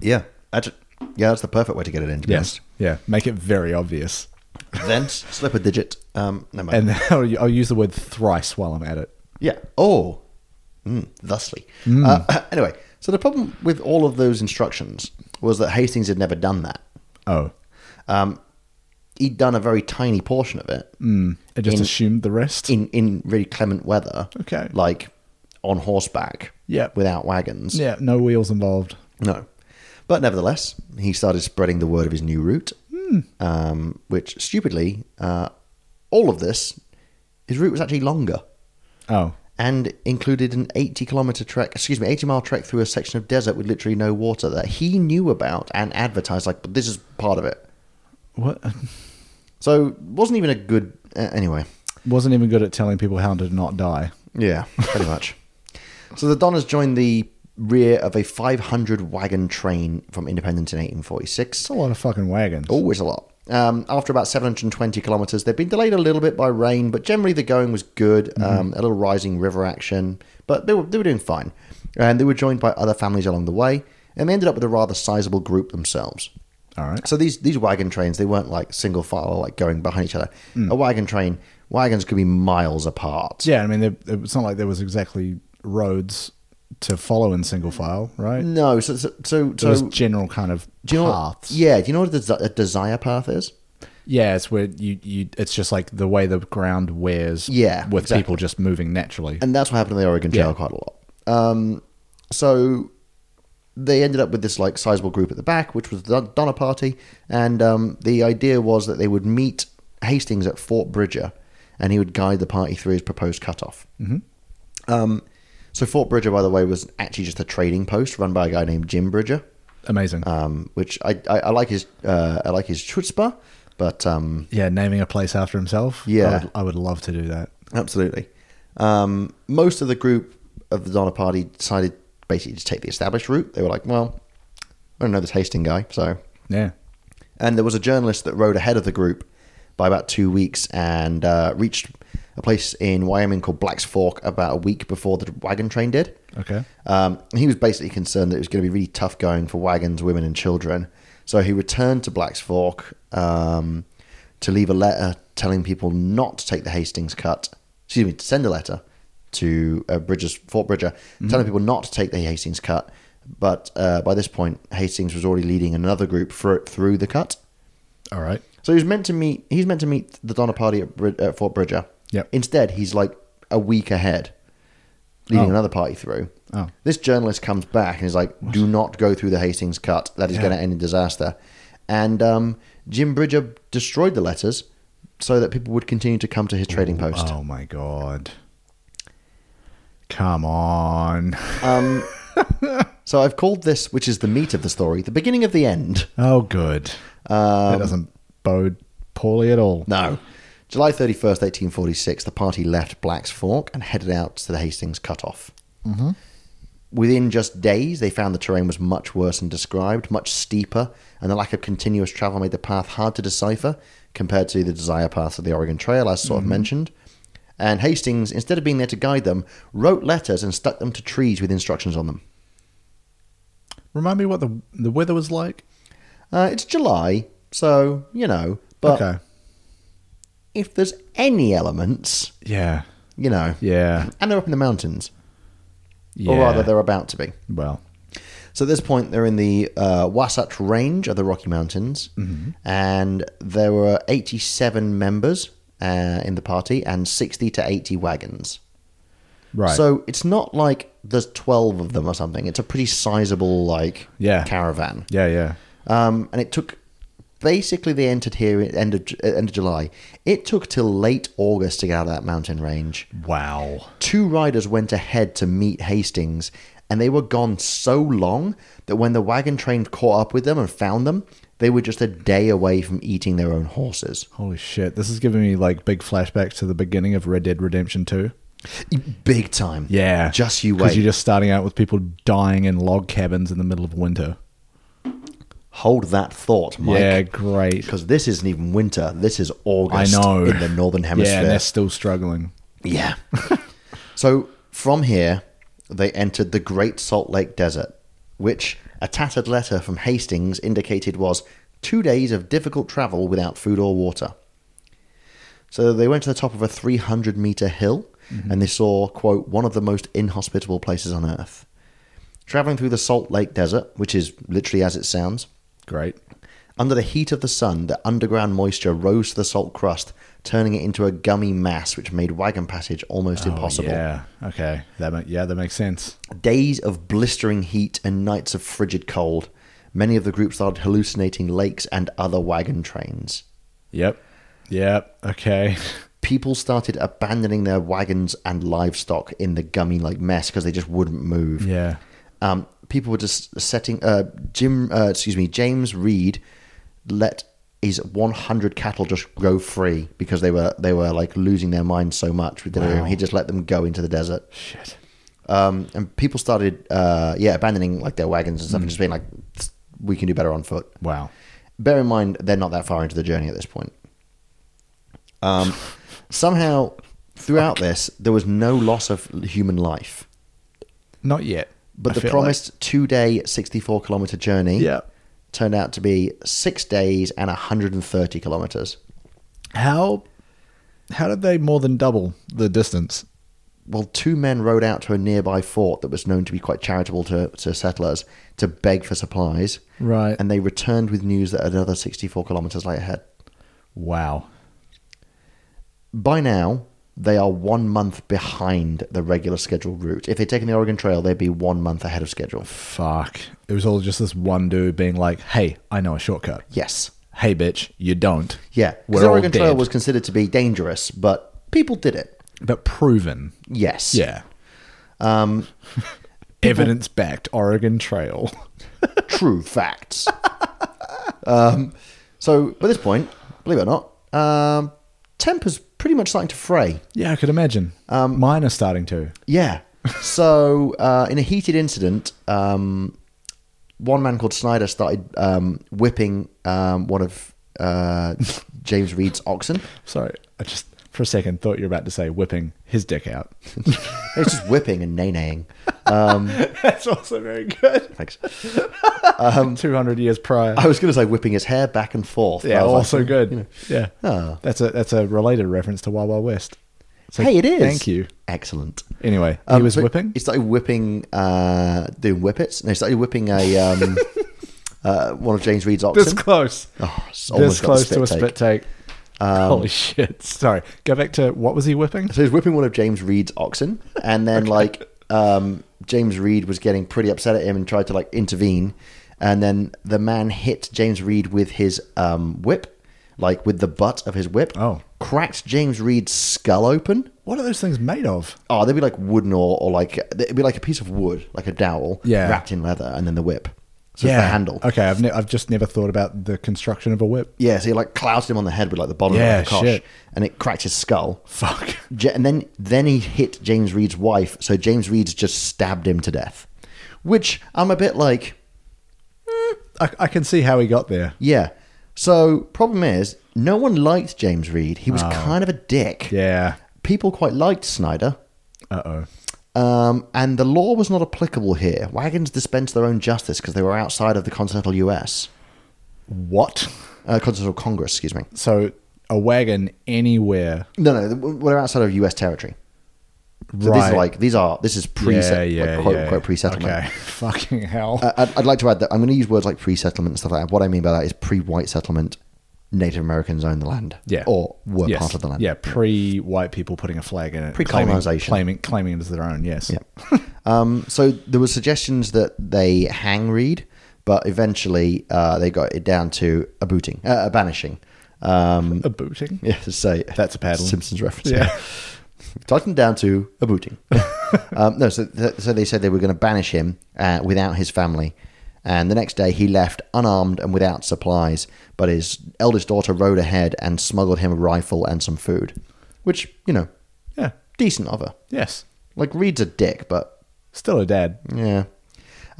B: Yeah, that's yeah, that's the perfect way to get it in. To be
A: Yes. Yeah. Make it very obvious.
B: honest. thence, slip a digit. Um, no mind.
A: And then I'll, I'll use the word thrice while I'm at it.
B: yeah. Oh, mm, thusly.
A: Hmm.
B: Uh, anyway, so the problem with all of those instructions was that Hastings had never done that.
A: Oh.
B: Um, he'd done a very tiny portion of it.
A: Mm. I just
B: In-
A: assumed the rest.
B: in in really clement weather.
A: Okay.
B: Like on horseback.
A: Yeah.
B: Without wagons.
A: yeah. No wheels involved.
B: No. But nevertheless, he started spreading the word of his new route, um, which stupidly, uh, all of this, his route was actually longer
A: Oh.
B: and included an 80 kilometer trek, excuse me, 80 mile trek through a section of desert with literally no water that he knew about and advertised like, but this is part of it.
A: What?
B: So wasn't even a good, uh, anyway.
A: Wasn't even good at telling people how to not die.
B: Yeah, pretty much. so the Donners joined the rear of a 500 wagon train from Independence in 1846.
A: It's a lot of fucking wagons.
B: Oh, it's a lot. Um, after about 720 kilometers, they've been delayed a little bit by rain, but generally the going was good. Um, a little rising river action, but they were they were doing fine, and they were joined by other families along the way, and they ended up with a rather sizable group themselves.
A: All right.
B: So these these wagon trains, they weren't like single file, like going behind each other. A wagon train, wagons could be miles apart.
A: Yeah, I mean, there, it's not like there was exactly roads to follow in single file, right?
B: No, so so so,
A: So,
B: Mm, so
A: just general kind of
B: do you know
A: paths.
B: What, yeah, do you know what a, desi- a desire path is?
A: yeah, it's where you, you. It's just like the way the ground wears.
B: Yeah,
A: with
B: exactly.
A: people just moving naturally.
B: And that's what happened to the Oregon Trail
A: Yeah.
B: quite a lot. Um, so they ended up with this like sizable group at the back, which was the Donner Party, and um, the idea was that they would meet Hastings at Fort Bridger, and he would guide the party through his proposed cutoff. Mm-hmm. Um, so Fort Bridger, by the way, was actually just a trading post run by a guy named Jim Bridger,
A: Amazing.
B: um, which I, I, I like his uh, I like his chutzpah, but um,
A: yeah, naming a place after himself. I
B: Yeah.
A: would, I would love to do that.
B: Absolutely. Um, most of the group of the Donner Party decided basically to take the established route. They were like, well, I don't know this Hastings guy, so.
A: Yeah.
B: And there was a journalist that rode ahead of the group by about two weeks and uh, reached a place in Wyoming called Black's Fork about a week before the wagon train did.
A: Okay.
B: Um, he was basically concerned that it was going to be really tough going for wagons, women, and children. So he returned to Black's Fork um, to leave a letter telling people not to take the Hastings cut. Excuse me, to send a letter to uh, Bridges, Fort Bridger, telling people not to take the Hastings cut But uh, by this point, Hastings was already leading another group thro- through the cut.
A: All right.
B: So he was meant to meet. He's meant to meet the Donner Party at, Brid- at Fort Bridger.
A: Yep.
B: Instead, he's like a week ahead, leading
A: Oh.
B: another party through.
A: Oh.
B: This journalist comes back and is like, "Do not go through the Hastings Cut. That is
A: Yeah.
B: going to end in disaster." And um, Jim Bridger destroyed the letters so that people would continue to come to his trading post.
A: Oh my god. Come on.
B: Um, so I've called this, which is the meat of the story, the beginning of the end.
A: Oh good.
B: Um,
A: that doesn't bode poorly at all.
B: No. July 31st, 1846, the party left Black's Fork and headed out to the Hastings Cutoff.
A: Mhm.
B: Within just days, they found the terrain was much worse than described, much steeper, and the lack of continuous travel made the path hard to decipher compared to the desire paths of the Oregon Trail, as sort of mentioned. And Hastings, instead of being there to guide them, wrote letters and stuck them to trees with instructions on them.
A: Remind me what the the weather was like.
B: Uh, it's July, so, you know, but
A: okay.
B: if there's any elements,
A: Yeah.
B: you know,
A: Yeah.
B: and they're up in the mountains.
A: Yeah.
B: or rather they're about to be.
A: well.
B: So at this point, they're in the uh, Wasatch Range of the Rocky Mountains,
A: Mm-hmm.
B: and there were 87 members uh, in the party and 60 to 80 wagons.
A: Right.
B: So it's not like there's 12 of them or something. It's a pretty sizable like
A: Yeah.
B: caravan.
A: yeah, yeah.
B: Um, and it took basically they entered here at end of at end of July. It took till late August to get out of that mountain range
A: Wow.
B: two riders went ahead to meet Hastings, and they were gone so long that when the wagon train caught up with them and found them, they were just a day away from eating their own horses.
A: Holy shit. This is giving me like big flashbacks to the beginning of Red Dead Redemption 2.
B: Big time.
A: Yeah.
B: Just you wait.
A: Because you're just starting out with people dying in log cabins in the middle of winter.
B: Hold that thought, Mike.
A: yeah, great.
B: Because this isn't even winter. This is August
A: I know.
B: in the northern
A: Yeah, and
B: hemisphere.
A: they're still struggling.
B: Yeah. so from here, they entered the Great Salt Lake Desert, which a tattered letter from Hastings indicated was two days of difficult travel without food or water. So they went to the top of a 300 meter hill and they saw, quote, one of the most inhospitable places on earth. Traveling through the Salt Lake Desert, which is literally as it sounds,
A: Great.
B: under the heat of the sun, the underground moisture rose to the salt crust, turning it into a gummy mass which made wagon passage almost impossible.
A: Oh, yeah. Okay. That ma- yeah, that makes sense.
B: Days of blistering heat and nights of frigid cold. Many of the group started hallucinating lakes and other wagon trains.
A: Yep. Yep. Okay.
B: People started abandoning their wagons and livestock in the gummy like mess because they just wouldn't move.
A: Yeah.
B: um, people were just setting uh, Jim, uh, excuse me, James Reed let his 100 cattle just go free because they were they were like losing their minds so much. with delirium. He just let them go into the desert,
A: Shit.
B: um, and people started uh, yeah abandoning like their wagons and stuff and just being like, we can do better on foot.
A: Wow.
B: Bear in mind they're not that far into the journey at this point. Um, somehow throughout this there was no loss of human life.
A: Not yet. I
B: But the
A: feel
B: promised two day, 64 kilometer journey
A: Like, yeah.
B: turned out to be six days and 130 kilometers.
A: How? How did they more than double the distance?
B: Well, two men rode out to a nearby fort that was known to be quite charitable to, to settlers to beg for supplies.
A: Right.
B: And they returned with news that another 64 kilometers lay ahead.
A: Wow.
B: By now, they are one month behind the regular scheduled route. If they'd taken the Oregon Trail, they'd be one month ahead of schedule.
A: Fuck. It was all just this one dude being like, "Hey, I know a shortcut."
B: Yes.
A: Hey, bitch, you don't.
B: Yeah. Because
A: We're
B: the
A: all
B: Oregon Trail
A: dead.
B: was considered to be dangerous, but people did it.
A: But proven.
B: Yes.
A: Yeah.
B: Um,
A: Evidence backed Oregon Trail.
B: true facts. um, so by this point, believe it or not, um, temper's pretty much starting to fray.
A: yeah, I could imagine. Um, Mine are starting to.
B: Yeah. So uh, in a heated incident, um, one man called Snyder started um, whipping um, one of uh, James Reed's oxen.
A: Sorry, I just for a second thought you were about to say whipping his dick out.
B: It was just whipping and nay-naying.
A: That's also very good.
B: Thanks.
A: Um, Two hundred years prior.
B: I was going to say whipping his hair back and forth. but
A: yeah,
B: I was like,
A: also good. yeah,
B: Oh.
A: that's a that's a related reference to Wild Wild West. So
B: hey, it is.
A: Thank you.
B: Excellent.
A: Anyway,
B: Um,
A: he was
B: but
A: whipping.
B: He started whipping, uh, doing whippets. No, he started whipping a um, uh, one of James Reed's oxen.
A: This close.
B: oh, it's
A: This
B: almost got the
A: close to a
B: take. Um,
A: spit take. Holy shit. Sorry. Go back to what was he whipping?
B: So he's whipping one of James Reed's oxen, and then like um, James Reed was getting pretty upset at him and tried to like intervene, and then the man hit James Reed with his um, whip, like with the butt of his whip.
A: Oh.
B: cracked James Reed's skull open.
A: What are those things made of?
B: Oh, they'd be like wooden or, or like it'd be like a piece of wood, like a dowel,
A: Yeah.
B: wrapped in leather, and then the whip. So it's the handle.
A: Okay, I've, ne- I've just never thought about the construction of a whip.
B: Yeah, so he like clouted him on the head with like the bottom
A: Yeah,
B: of the kosh,
A: shit.
B: and it cracked his skull.
A: Fuck.
B: Ja- and then then he hit James Reed's wife, so James Reed's just stabbed him to death. Which I'm a bit like,
A: I, I can see how he got there.
B: yeah. So problem is, no one liked James Reed. He was kind of a dick.
A: Ah. Yeah.
B: People quite liked Snyder.
A: Uh oh.
B: Um, and the law was not applicable here. Wagons dispensed their own justice because they were outside of the continental U.S.
A: What?
B: Uh, continental Congress, excuse me.
A: So a wagon anywhere.
B: No, no, we're outside of U.S. territory. So these
A: right.
B: are like these are this is pre
A: yeah, yeah,
B: like, quote
A: yeah.
B: unquote pre-settlement.
A: Okay. Fucking hell.
B: Uh, I'd, I'd like to add that I'm going to use words like pre-settlement and stuff like that. What I mean by that is pre-white settlement, Native Americans owned the land,
A: yeah.
B: or were
A: Yes.
B: part of the land,
A: Yeah. Pre white people putting a flag in it.
B: Pre-colonisation.
A: Claiming, claiming, claiming it as their own. Yes.
B: Yeah. um, so there were suggestions that they hang Reed, but eventually uh, they got it down to a booting, uh, a banishing. Um,
A: A booting.
B: yeah, to say
A: That's a paddle.
B: Simpsons reference.
A: Yeah.
B: Tightened down to a booting. um, no, so, th- so they said they were going to banish him uh, without his family. And the next day he left unarmed and without supplies, but his eldest daughter rode ahead and smuggled him a rifle and some food, which, you know,
A: Yeah.
B: decent of her.
A: Yes.
B: Like, Reed's a dick, but
A: Still a dad.
B: yeah.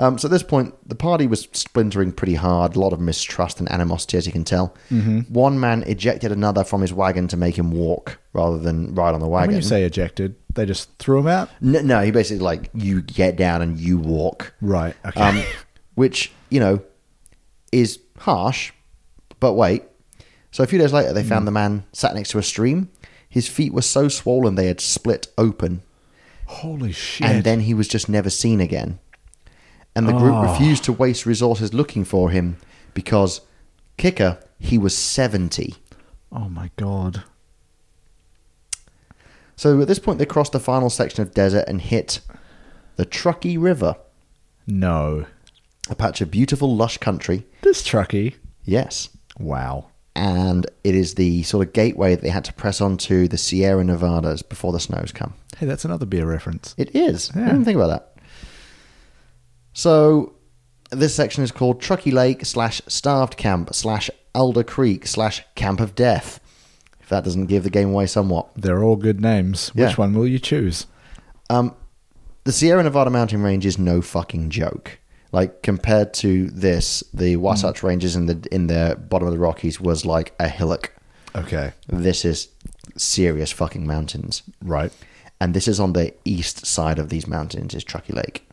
B: Um, so at this point, the party was splintering pretty hard, a lot of mistrust and animosity, as you can tell. One man ejected another from his wagon to make him walk rather than ride on the wagon.
A: When you say ejected, they just threw him out.
B: No, no, he basically like you get down and you walk,
A: Right. Okay.
B: um, which you know is harsh. But wait, so a few days later, they found the man sat next to a stream. His feet were so swollen they had split open,
A: Holy shit.
B: and then he was just never seen again. And the group
A: Oh.
B: refused to waste resources looking for him because kicker he was seventy.
A: oh my god.
B: So at this point, they crossed the final section of desert and hit the Truckee River,
A: No.
B: a patch of beautiful, lush country.
A: This truckie.
B: Yes.
A: Wow.
B: And it is the sort of gateway that they had to press onto the Sierra Nevadas before the snows come.
A: Hey, that's another beer reference.
B: It is. I
A: Yeah.
B: didn't think about that. So this section is called Truckee Lake slash Starved Camp slash Alder Creek slash Camp of Death. If that doesn't give the game away somewhat.
A: They're all good names.
B: Yeah.
A: Which one will you choose?
B: Um, the Sierra Nevada mountain range is no fucking joke. Like compared to this, the Wasatch Ranges in the in the bottom of the Rockies was like a hillock.
A: Okay.
B: This is serious fucking mountains.
A: Right.
B: And this is on the east side of these mountains is Truckee Lake.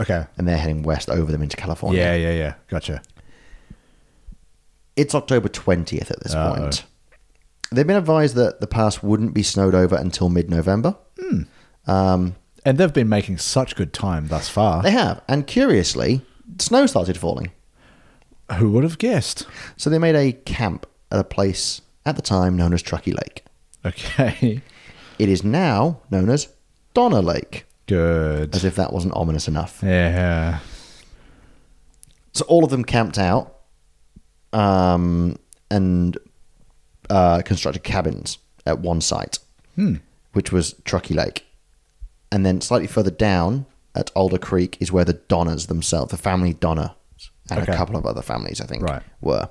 A: Okay.
B: And they're heading west over them into California.
A: Yeah, yeah, yeah. Gotcha.
B: It's October 20th at this
A: Uh-oh.
B: point. They've been advised that the pass wouldn't be snowed over until mid-November. Um,
A: And they've been making such good time thus far.
B: they have. And curiously, snow started falling.
A: Who would have guessed?
B: So they made a camp at a place at the time known as Truckee Lake.
A: Okay.
B: It is now known as Donner Lake, as
A: Good.
B: if that wasn't ominous enough.
A: Yeah.
B: So all of them camped out um, and uh, constructed cabins at one site,
A: Hmm.
B: which was Truckee Lake. And then slightly further down at Alder Creek is where the Donners themselves, the family Donner, and
A: Okay.
B: a couple of other families, I think,
A: Right.
B: were.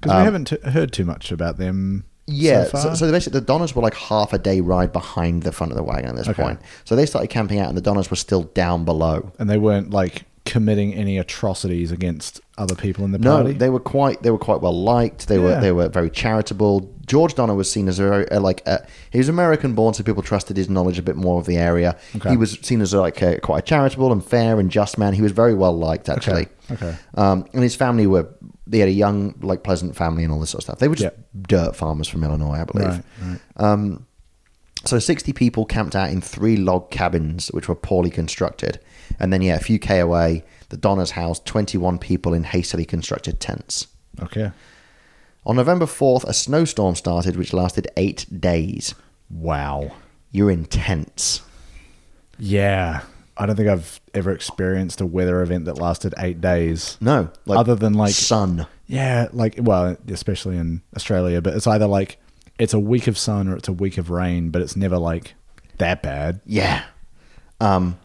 A: Because we haven't t- heard too much about them.
B: Um, Yeah,
A: So
B: so,
A: far.
B: so, basically the Donners were like half a day ride behind the front of the wagon at this
A: Okay.
B: point. So they started camping out, and the Donners were still down below.
A: and they weren't like committing any atrocities against other people in the
B: No,
A: party.
B: they were quite they were quite well liked. They were
A: Yeah.
B: they were very charitable. George Donner was seen as a very uh, like uh he was American born, so people trusted his knowledge a bit more of the area.
A: Okay.
B: He was seen as like a, quite a charitable and fair and just man. He was very well liked actually.
A: okay.
B: Um, and his family were they had a young like pleasant family and all this sort of stuff. They were just
A: Yeah.
B: dirt farmers from Illinois, I believe.
A: Right, right.
B: Um, So 60 people camped out in three log cabins, which were poorly constructed. And then, yeah, a few K away, the Donners housed 21 people in hastily constructed tents.
A: Okay.
B: On November 4th, a snowstorm started, which lasted eight days.
A: Wow.
B: You're in tents.
A: Yeah. I don't think I've ever experienced a weather event that lasted eight days.
B: No, like
A: Other than, like-
B: sun.
A: Yeah, like well, especially in Australia, but it's either like it's a week of sun or it's a week of rain, but it's never like that bad.
B: Yeah. Um,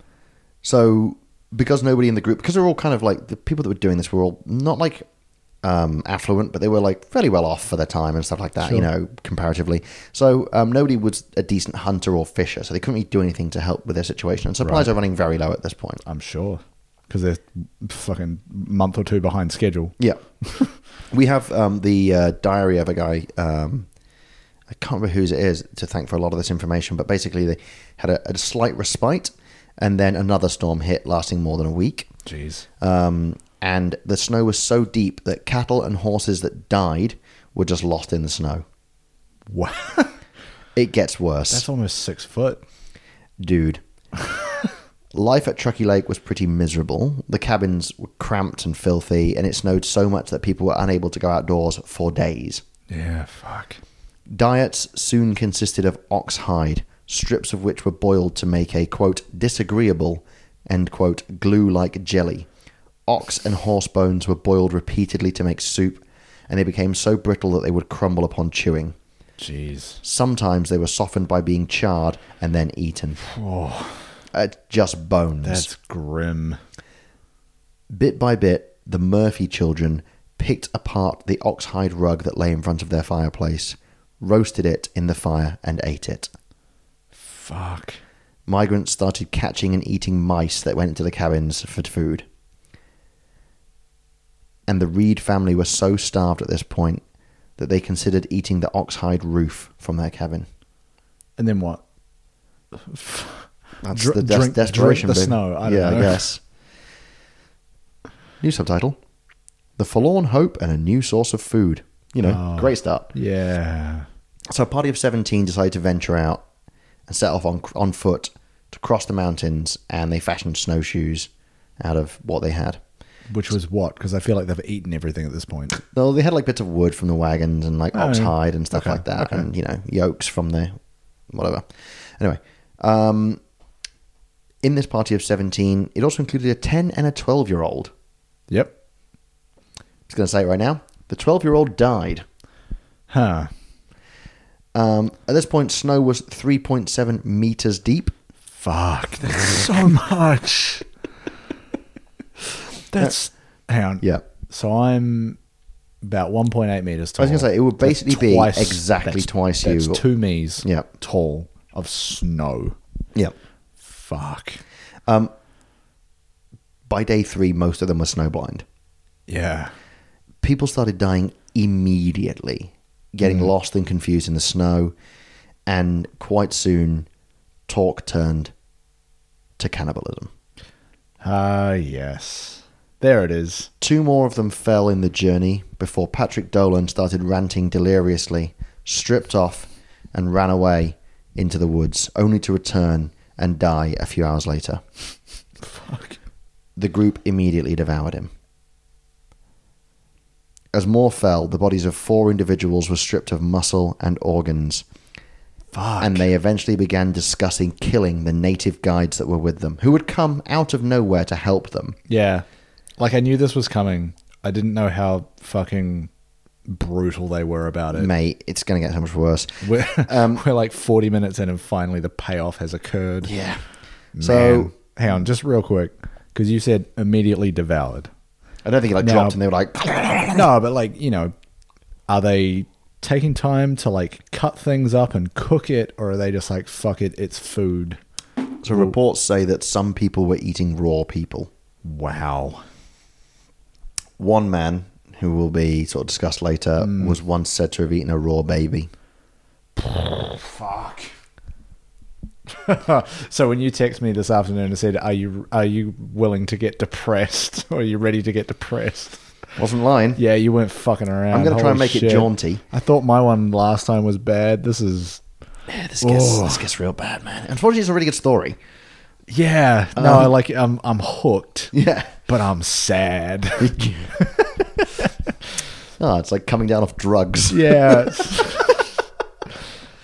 B: so because nobody in the group, because they're all kind of like the people that were doing this were all not like um, affluent, but they were like fairly well off for their time and stuff like that, you know, comparatively. So um, nobody was a decent hunter or fisher, so they couldn't really do anything to help with their situation. And supplies are running very low at this point.
A: I'm sure because they're fucking month or two behind schedule.
B: Yeah. we have um, the uh, diary of a guy. Um, I can't remember whose it is to thank for a lot of this information, but basically they had a, a slight respite and then another storm hit lasting more than a week.
A: Jeez.
B: Um, and the snow was so deep that cattle and horses that died were just lost in the snow.
A: Wow.
B: It gets worse.
A: That's almost six foot.
B: dude. Life at Truckee Lake was pretty miserable. The cabins were cramped and filthy, and it snowed so much that people were unable to go outdoors for days.
A: Yeah. Fuck.
B: Diets soon consisted of ox hide, strips of which were boiled to make a quote disagreeable end quote glue like jelly. Ox and horse bones were boiled repeatedly to make soup, and they became so brittle that they would crumble upon chewing.
A: Jeez.
B: Sometimes they were softened by being charred and then eaten.
A: Oh,
B: Uh, just bones.
A: that's grim.
B: Bit by bit, the Murphy children picked apart the oxhide rug that lay in front of their fireplace, roasted it in the fire, and ate it.
A: Fuck.
B: migrants started catching and eating mice that went into the cabins for food. And the Reed family were so starved at this point that they considered eating the oxhide roof from their cabin.
A: And then what?
B: That's
A: Dr-
B: the des-
A: drink-
B: desperation.
A: drink the
B: bit.
A: snow, I don't
B: yeah, I
A: know.
B: guess. New subtitle: The Forlorn Hope and a New Source of Food. You know,
A: Oh.
B: great start.
A: Yeah.
B: So a party of 17 decided to venture out and set off on, on foot to cross the mountains, and they fashioned snowshoes out of what they had.
A: Which was what? Because I feel like they've eaten everything at this point.
B: No, they had like bits of wood from the wagons and like ox
A: Oh,
B: hide and stuff
A: okay,
B: like that, and you know yokes from the whatever. Anyway, um, in this party of 17, it also included a 10 and a 12 year old.
A: Yep.
B: Just going to say it right now. The 12 year old died.
A: Huh.
B: Um, at this point, snow was 3.7 meters deep.
A: Fuck, that's so much. That's hang on.
B: Yeah.
A: So I'm about 1.8 meters tall.
B: was gonna say, it would
A: That's
B: basically be exactly
A: that's-
B: twice
A: that's
B: you.
A: two me's.
B: Yeah.
A: Tall of snow.
B: Yeah.
A: Fuck.
B: By day three, most of them were snowblind.
A: Yeah.
B: people started dying immediately, getting lost and confused in the snow, and quite soon, talk turned to cannibalism.
A: Ah, yes. There it is.
B: Two more of them fell in the journey before Patrick Dolan started ranting deliriously, stripped off, and ran away into the woods, only to return and die a few hours later.
A: Fuck.
B: the group immediately devoured him. As more fell, the bodies of four individuals were stripped of muscle and organs,
A: Fuck.
B: and they eventually began discussing killing the native guides that were with them, who would come out of nowhere to help them.
A: yeah. Like I knew this was coming. I didn't know how fucking brutal they were about it.
B: Mate, it's going to get so much worse.
A: We're,
B: Um,
A: we're like 40 minutes in, and finally the payoff has occurred.
B: Yeah.
A: So
B: So-
A: hang on, just real quick, because you said immediately devoured.
B: I don't think it like
A: Now-
B: dropped, and they were like,
A: no, but like you know, are they taking time to like cut things up and cook it, or are they just like fuck it, it's food?
B: so reports say that some people were eating raw people.
A: Wow.
B: One man, who will be sort of discussed later,
A: Hmm.
B: was once said to have eaten a raw baby.
A: Fuck. so when you text me this afternoon and said, "Are you are you willing to get depressed? Or are you ready to get depressed?"
B: Wasn't lying.
A: Yeah, you weren't fucking around.
B: I'm going to try and
A: Holy
B: make it
A: shit.
B: jaunty.
A: I thought my one last time was bad. This is
B: Yeah, this gets
A: Oh.
B: this gets real bad, man. Unfortunately, it's a really good story.
A: Yeah, no, I like I'm I'm hooked,
B: Um, Yeah.
A: but I'm sad.
B: Oh, it's like coming down off drugs.
A: yeah.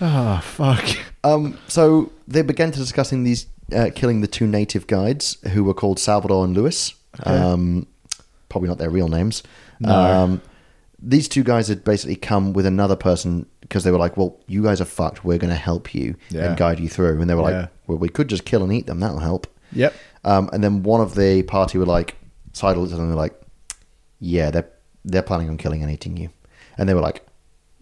A: oh fuck.
B: Um, so they began to discussing these uh, killing the two native guides who were called Salvador and Luis. Um, probably not their real names. Um, these two guys had basically come with another person because they were like, "Well, you guys are fucked. We're going to help you
A: Yeah.
B: and guide you through." And they were
A: Yeah.
B: like, "Well, we could just kill and eat them. That'll help."
A: Yep.
B: Um, and then one of the party were like, Seidel looked at them and were like, "Yeah, they're they're planning on killing and eating you." And they were like,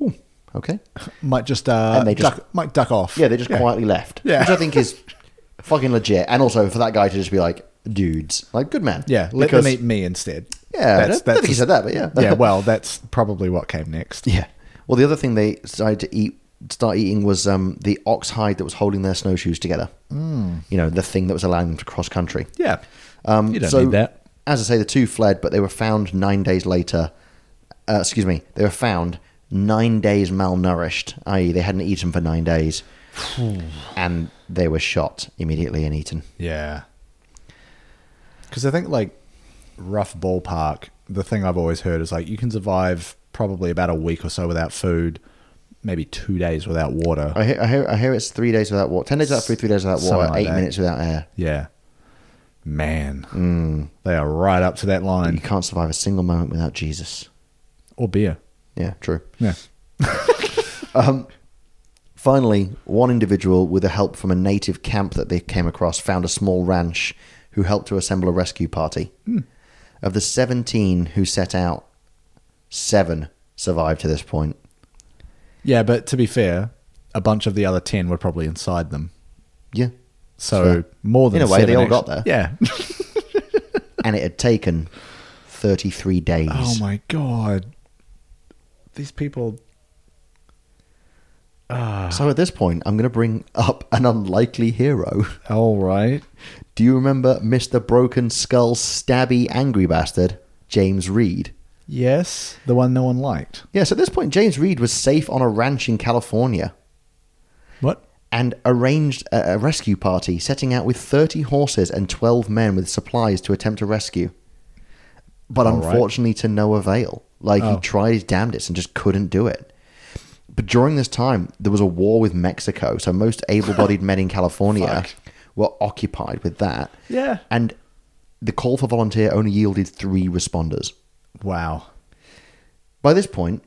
B: "Ooh, "Okay."
A: Might just uh
B: And they just-
A: duck, might duck off.
B: Yeah, they just quietly left,
A: Yeah.
B: which I think is fucking legit. And also for that guy to just be like, dudes, like good man.
A: Yeah, let
B: because,
A: them eat me instead.
B: Yeah, I don't- I don't think he said that, but yeah.
A: yeah, well, that's probably what came next.
B: Yeah. Well, the other thing they decided to eat, start eating, was um, the ox hide that was holding their snowshoes together. Mm. You know, the thing that was allowing them to cross country.
A: Yeah.
B: Um,
A: Hmm. you don't
B: so,
A: need that.
B: As I say, the two fled, but they were found nine days later. Uh, excuse me, they were found nine days malnourished, i.e., they hadn't eaten for nine days, and they were shot immediately and eaten.
A: Yeah. Because I think, like, rough ballpark, the thing I've always heard is like you can survive probably about a week or so without food, maybe two days without water.
B: I hear, I hear, I hear it's three days without water, ten days without food, three days without
A: Something
B: water,
A: like
B: eight
A: that.
B: minutes without air.
A: Yeah. Man.
B: Mm.
A: They are right up to that
B: You
A: line.
B: can't survive a single moment without Jesus.
A: Or beer.
B: Yeah, true.
A: Yeah.
B: Um, Finally, one individual, with the help from a native camp that they came across, found a small ranch who helped to assemble a rescue party.
A: Hmm.
B: Of the 17 who set out, seven survived to this point.
A: Yeah, but to be fair, a bunch of the other 10 were probably inside them.
B: Yeah.
A: So more than
B: In a way, they
A: seven
B: all got
A: actu-
B: there.
A: Yeah.
B: And it had taken 33 days.
A: Oh my god. These people
B: So at this point, I'm going to bring up an unlikely hero.
A: all right.
B: Do you remember Mr. Broken Skull Stabby Angry Bastard, James Reed?
A: Yes, the one no one liked.
B: Yes, at this point, James Reed was safe on a ranch in California.
A: What?
B: and arranged a, a rescue party, setting out with 30 horses and 12 men with supplies to attempt a rescue. But
A: All right.
B: unfortunately, to no avail. Like,
A: Oh.
B: he tried his damnedest and just couldn't do it. But during this time, there was a war with Mexico, so most able bodied men in California
A: Fuck.
B: were occupied with that.
A: Yeah.
B: And the call for volunteer only yielded three responders.
A: Wow.
B: By this point,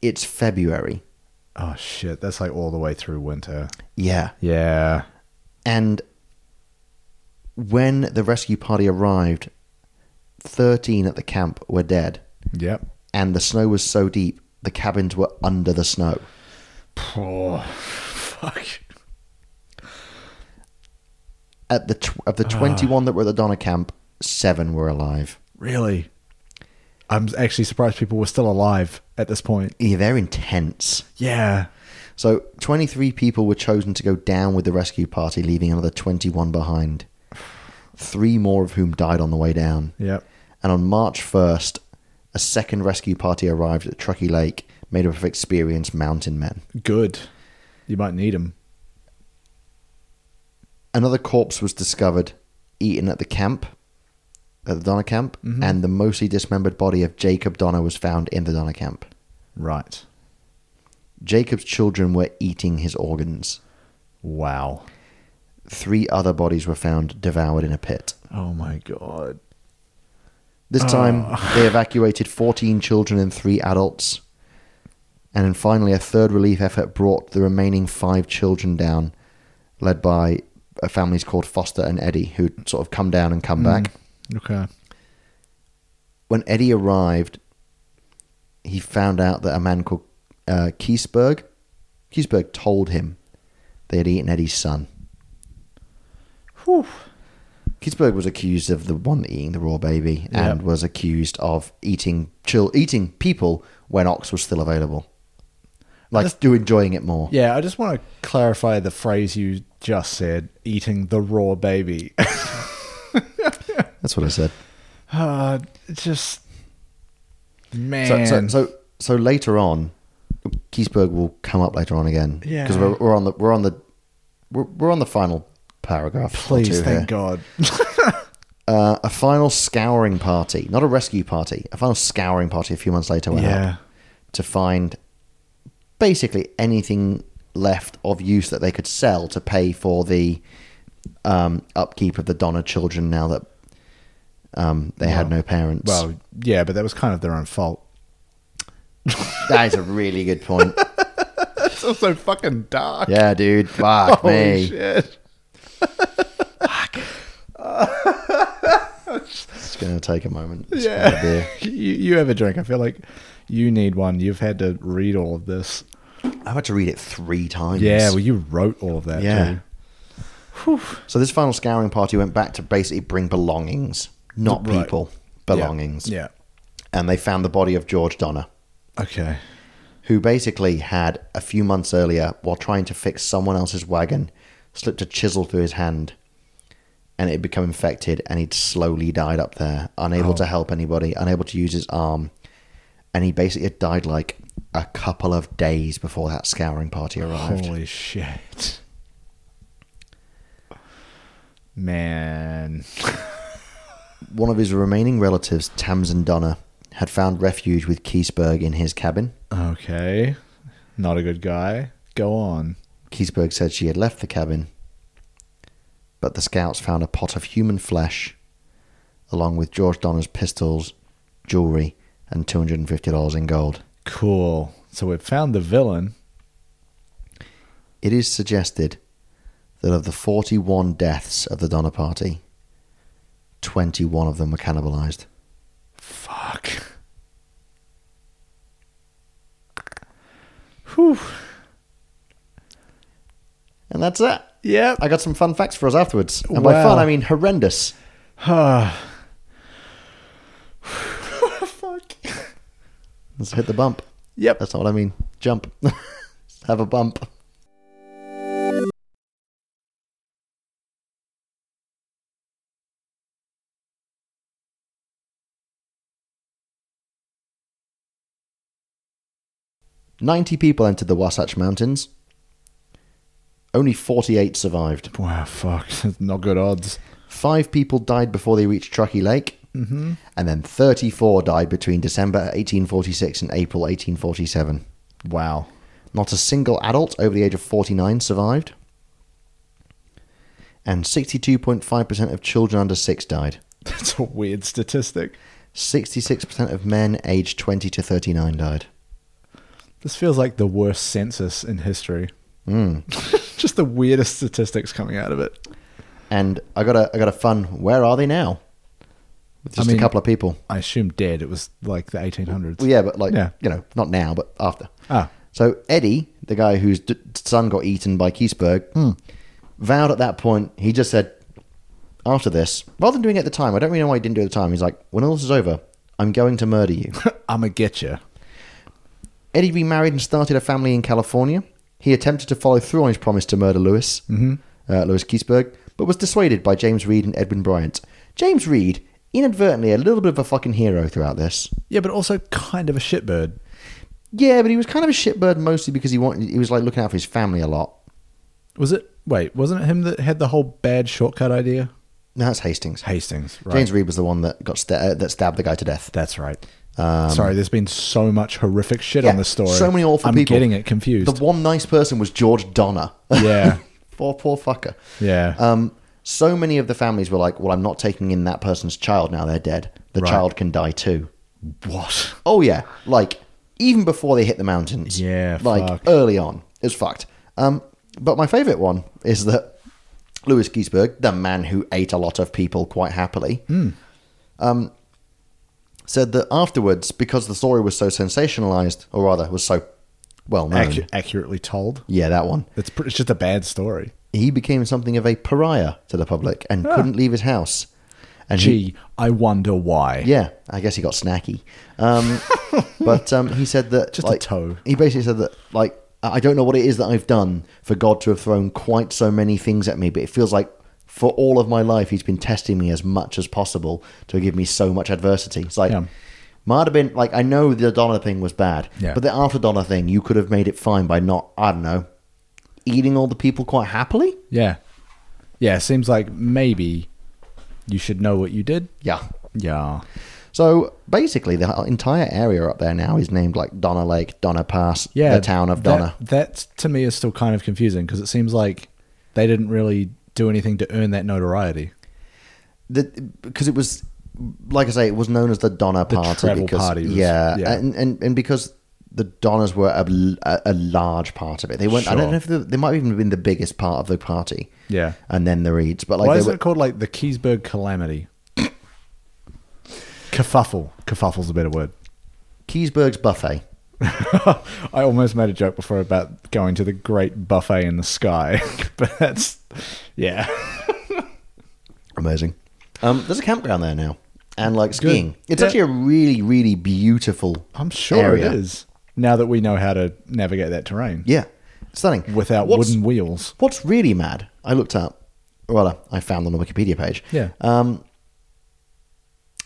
B: it's February.
A: Oh shit, that's like all the way through winter.
B: Yeah.
A: Yeah.
B: And when the rescue party arrived, 13 at the camp were dead,
A: Yep.
B: and the snow was so deep, the cabins were under the snow.
A: Poor fuck.
B: At the tw- of the 21 that were at the Donner camp, seven were alive.
A: Really? I'm actually surprised people were still alive at this point.
B: Yeah, they're intense.
A: Yeah.
B: So 23 people were chosen to go down with the rescue party, leaving another 21 behind. Three more of whom died on the way down.
A: Yep.
B: And on March 1st, a second rescue party arrived at Truckee Lake, made up of experienced mountain men.
A: Good. You might need them.
B: Another corpse was discovered eaten at the camp, at the Donner camp, and the mostly dismembered body of Jacob Donner was found in the Donner camp.
A: Right.
B: Jacob's children were eating his organs.
A: Wow.
B: Three other bodies were found devoured in a pit.
A: Oh my god.
B: This time, they evacuated 14 children and three adults. And then finally, a third relief effort brought the remaining five children down, led by uh, families called Foster and Eddie, who would sort of come down and come back.
A: Okay.
B: When Eddie arrived, he found out that a man called uh, Kiesberg, Kiesberg told him they had eaten Eddie's son.
A: Whew.
B: Kiesberg was accused of the one eating the raw baby and
A: Yeah.
B: was accused of eating chill eating people when ox was still available. Like
A: That's-
B: do enjoying it more.
A: Yeah, I just want to clarify the phrase you just said, eating the raw baby.
B: That's what I said.
A: uh, just man.
B: So, so so so later on Keysburg will come up later on again.
A: Yeah.
B: because we're, we're on the we're on the we're, we're on the final paragraph. or
A: Please,
B: two
A: thank
B: here.
A: God.
B: Uh, a final scouring party, not a rescue party. A final scouring party. A few months later, went
A: Yeah.
B: up to find basically anything left of use that they could sell to pay for the um, upkeep of the Donner children. Now that um, they had
A: Well-
B: no parents.
A: Well, yeah, but that was kind of their own fault.
B: that is a really good point.
A: It's also fucking dark.
B: yeah, dude. Fuck me.
A: shit.
B: It's gonna take a moment. It's
A: Yeah.
B: gonna be-
A: you, you have a drink. I feel like you need one. You've had to read all of this.
B: I've had to read it three times.
A: Yeah, well, you wrote all of that.
B: Yeah.
A: too.
B: So this final scouring party went back to basically bring belongings, not
A: Right.
B: people, belongings.
A: Yeah.
B: And they found the body of George Donner,
A: yeah. Okay.
B: who basically had a few months earlier, while trying to fix someone else's wagon, slipped a chisel through his hand, and it had become infected, and he'd slowly died up there, unable
A: Oh.
B: to help anybody, unable to use his arm, and he basically had died like a couple of days before that scouring party arrived.
A: Holy shit. Man.
B: One of his remaining relatives, Tamsin Donner, had found refuge with Kiesberg in his cabin.
A: Okay. Not a good guy. Go on.
B: Kiesberg said she had left the cabin, but the scouts found a pot of human flesh, along with George Donner's pistols, jewelry, and $250 in gold.
A: Cool. So we've found the villain.
B: It is suggested that of the 41 deaths of the Donner Party, 21 of them were cannibalized.
A: Fuck. Whew.
B: And that's it.
A: Yep.
B: I got some fun facts for us afterwards. And by
A: Wow.
B: fun, I mean horrendous.
A: Fuck.
B: Let's hit the bump.
A: Yep.
B: That's not what I mean. Jump. Have a bump. Ninety people entered the Wasatch Mountains. Only 48 survived.
A: Wow, fuck. That's not good odds.
B: Five people died before they reached Truckee Lake,
A: Mm-hmm.
B: and then 34 died between December 1846 and April 1847.
A: Wow.
B: Not a single adult over the age of 49 survived. And 62.5% of children under 6 died.
A: That's a weird statistic.
B: 66% of men aged 20 to 39 died.
A: This feels like the worst census in history. Hmm.
B: Mm.
A: Just the weirdest statistics coming out of it.
B: And I got a I got a fun where are they now? With just
A: mean-
B: a couple of people.
A: I assume dead. It was like the 1800s.
B: Well, yeah, but like
A: Yeah.
B: you know, not now, but after.
A: Ah.
B: So Eddie, the guy whose d- son got eaten by Kiesberg, vowed at that point. He just said, after this, rather than doing it at the time, I don't really know why he didn't do it at the time. He's like, when all this is over, I'm going to murder you.
A: I'ma get you.
B: Eddie remarried and started a family in California. He attempted to follow through on his promise to murder Lewis, uh, Lewis Kiesberg, but was dissuaded by James Reed and Edwin Bryant. James Reed, inadvertently, a little bit of a fucking hero throughout this.
A: Yeah, but also kind of a shitbird.
B: Yeah, but he was kind of a shitbird mostly because he wanted, he was like looking out for his family a lot.
A: Was it? Wait, wasn't it him that had the whole bad shortcut idea?
B: No, that's Hastings.
A: Hastings, right?
B: James Reed was the one that got sta- uh, that stabbed the guy to death.
A: That's right. Sorry, there's been so much horrific shit on
B: Um, Yeah,
A: this story.
B: So many awful
A: I'm
B: people.
A: getting it confused.
B: The one nice person was George Donner.
A: Yeah.
B: poor, poor fucker.
A: Yeah.
B: Um, so many of the families were like, "Well, I'm not taking in that person's child now. They're dead. The
A: Right.
B: child can die too."
A: what?
B: Oh yeah, like even before they hit the mountains.
A: Yeah,
B: like
A: fuck.
B: early on, it's fucked. Um, but my favorite one is that Louis Giesberg, the man who ate a lot of people quite happily,
A: Hmm.
B: um, said that afterwards, because the story was so sensationalized, or rather, was so well known.
A: Accu- accurately told.
B: yeah, that one.
A: It's pr- it's just a bad story.
B: He became something of a pariah to the public and couldn't leave his house. And he-
A: Gee, I wonder why.
B: Yeah, I guess he got snacky. Um, but um, he said that
A: Just a
B: like,
A: toe.
B: He basically said that like I I don't know what it is that I've done for God to have thrown quite so many things at me, but it feels like for all of my life He's been testing me as much as possible to give me so much adversity. It's like
A: Yeah.
B: Might have been like I know the dollar thing was bad,
A: Yeah.
B: but the after dollar thing you could have made it fine by not I don't know eating all the people quite happily.
A: Yeah. Yeah, it seems like maybe you should know what you did.
B: Yeah.
A: Yeah.
B: So basically, the whole entire area up there now is named like Donna Lake, Donna Pass,
A: Yeah.
B: the town of
A: that-
B: Donna.
A: That, to me is still kind of confusing because it seems like they didn't really do anything to earn that notoriety.
B: because it was like I say, it was known as the Donna
A: The
B: Party.
A: travel
B: because,
A: party was-
B: yeah,
A: yeah.
B: And, and and because the Donnas were a, a, a large part of it. They weren't. I
A: Sure.
B: don't know if they, they might have even been the biggest part of the party.
A: Yeah.
B: and then the Reeds, but like
A: Why
B: they
A: is
B: were,
A: it called like the Keysburg Calamity? Kerfuffle. Kerfuffle's a better word.
B: Keysburg's buffet.
A: I almost made a joke before about going to the great buffet in the sky, but that's yeah.
B: Amazing. Um, there's a campground there now, and like skiing. It's
A: Yeah.
B: actually a really, really beautiful.
A: I'm sure
B: area.
A: it is. Now that we know how to navigate that terrain
B: Yeah, stunning.
A: without
B: What's-
A: wooden wheels.
B: What's really mad? I looked up. Well, I found on the Wikipedia page.
A: Yeah.
B: Um,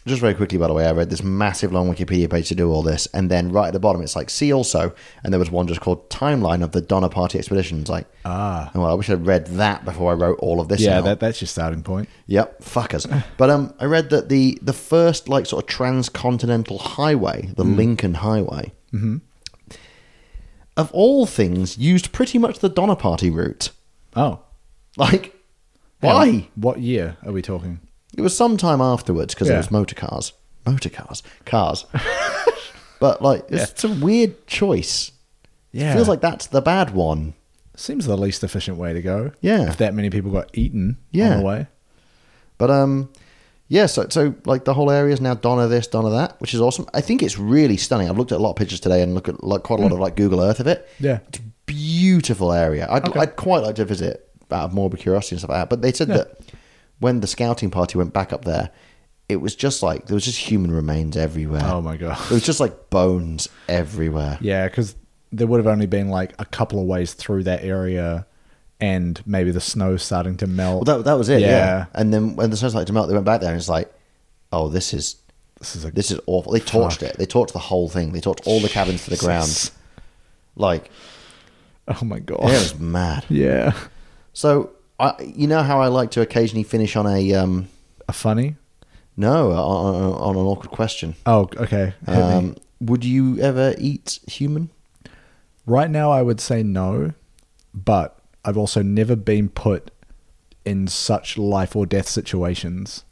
B: just very quickly, by the way, I read this massive long Wikipedia page to do all this, and then right at the bottom, it's like see also, and there was one just called timeline of the Donner Party expeditions. Like, ah, well, I wish I'd read that before I wrote all of this.
A: Yeah,
B: out.
A: that, that's your starting point.
B: Yep, fuckers. But um, I read that the the first like sort of transcontinental highway,
A: Mm.
B: the Lincoln Highway, mm-hmm. of all things, used pretty much the Donner Party route.
A: Oh,
B: Like,
A: hang on.
B: why?
A: What year are we talking?
B: It was some time afterwards because
A: Yeah.
B: it was motor cars, motor cars, cars. but like, it's, it's a weird choice.
A: Yeah,
B: feels like that's the bad one.
A: seems the least efficient way to go.
B: Yeah.
A: if that many people got eaten
B: Yeah.
A: on the way.
B: But um, yeah. So so like the whole area is now Donna this, Donna that, which is awesome. I think it's really stunning. I've looked at a lot of pictures today and look at like quite a lot of like Google Earth of it.
A: Hmm. Yeah.
B: it's a beautiful area. I'd
A: Okay.
B: I'd quite like to visit out of morbid curiosity and stuff like that. But they said
A: Yeah.
B: that when the scouting party went back up there, it was just like there was just human remains everywhere.
A: Oh my god.
B: It was just like bones everywhere.
A: Yeah, because there would have only been like a couple of ways through that area, and maybe the snow starting to melt.
B: Well, that, that was it. Yeah.
A: Yeah.
B: And then when the snow started to melt, they went back there and it's like, oh, this is
A: this is a
B: this is awful. They torched it. They torched the whole thing. They torched all the cabins to the ground.
A: Jesus.
B: Like
A: Oh my god.
B: it was mad.
A: Yeah.
B: So I, you know how I like to occasionally finish on a um,
A: A funny.
B: no uh, on, on, on an awkward question.
A: Oh, okay. Hit me.
B: Um, would you ever eat human?
A: Right now, I would say no, but I've also never been put in such life or death situations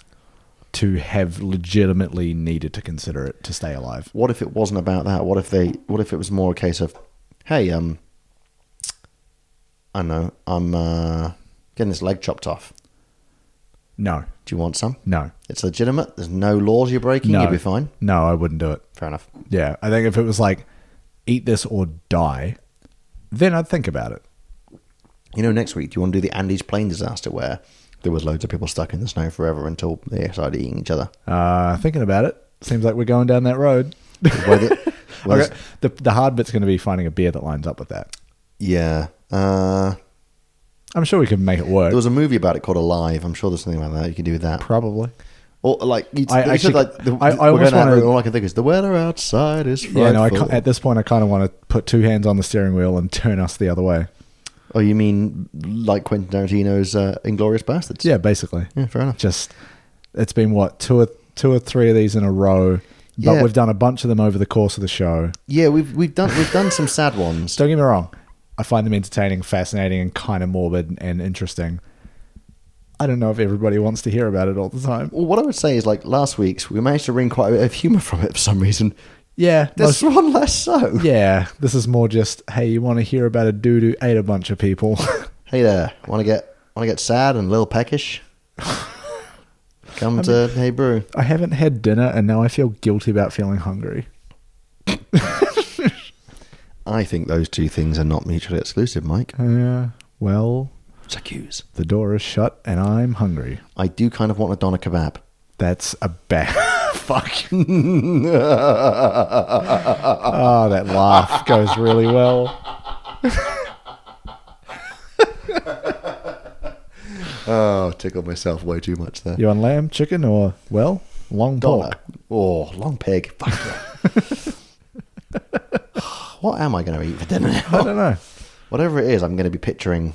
A: to have legitimately needed to consider it to stay alive.
B: What if it wasn't about that? What if they? What if it was more a case of, hey, um, I don't know, I'm uh, getting this leg chopped off.
A: No,
B: Do you want some?
A: no,
B: It's legitimate. There's no laws you're breaking.
A: no.
B: You'll be fine.
A: No, I wouldn't do it.
B: Fair enough.
A: Yeah, I think if it was like eat this or die, then I'd think about it.
B: You know, next week, do you want to do the Andes plane disaster where there was loads of people stuck in the snow forever until they started eating each other?
A: Uh, thinking about it, seems like we're going down that road.
B: Where the- where
A: Okay, the the hard bit's going to be finding a beer that lines up with that.
B: Yeah. Uh,
A: I'm sure we could make it work.
B: there was a movie about it called Alive. I'm sure there's something about that you can do with that.
A: probably.
B: Or like, you
A: I
B: they
A: actually-
B: said, like the,
A: I- I
B: we're
A: almost
B: gonna have-
A: wanna-
B: all I can think is the weather outside is frightful.
A: Yeah, no, I ca- at this point, I kind of want to put two hands on the steering wheel and turn us the other way.
B: oh, you mean like Quentin Tarantino's uh, Inglorious Bastards?
A: Yeah, basically.
B: Yeah, fair enough.
A: Just, it's been what, two or, two or three of these in a row, but
B: Yeah.
A: we've done a bunch of them over the course of the show.
B: Yeah, we've we've done we've done some sad ones.
A: Don't get me wrong, I find them entertaining, fascinating, and kind of morbid and interesting. I don't know if everybody wants to hear about it all the time.
B: Well, what I would say is like last week's, we managed to wring quite a bit of humour from it for some reason.
A: Yeah,
B: This
A: most-
B: one less so.
A: yeah. This is more just, hey, you want to hear about a dude who ate a bunch of people?
B: Hey there, want to get want to get sad and a little peckish? Come to Hey Brew.
A: I haven't had dinner, and now I feel guilty about feeling hungry.
B: I think those two things are not mutually exclusive, Mike.
A: Uh, well,
B: Secuse.
A: The door is shut and I'm hungry.
B: I do kind of want a doner kebab.
A: That's a bad fuck. oh, that laugh goes really well.
B: Oh, tickled myself way too much there.
A: You on lamb, chicken, or well, long
B: Doner.
A: pork?
B: Oh, long pig. Fuck yeah. what am I going to eat for dinner now?
A: I don't know.
B: Whatever it is, I'm going to be picturing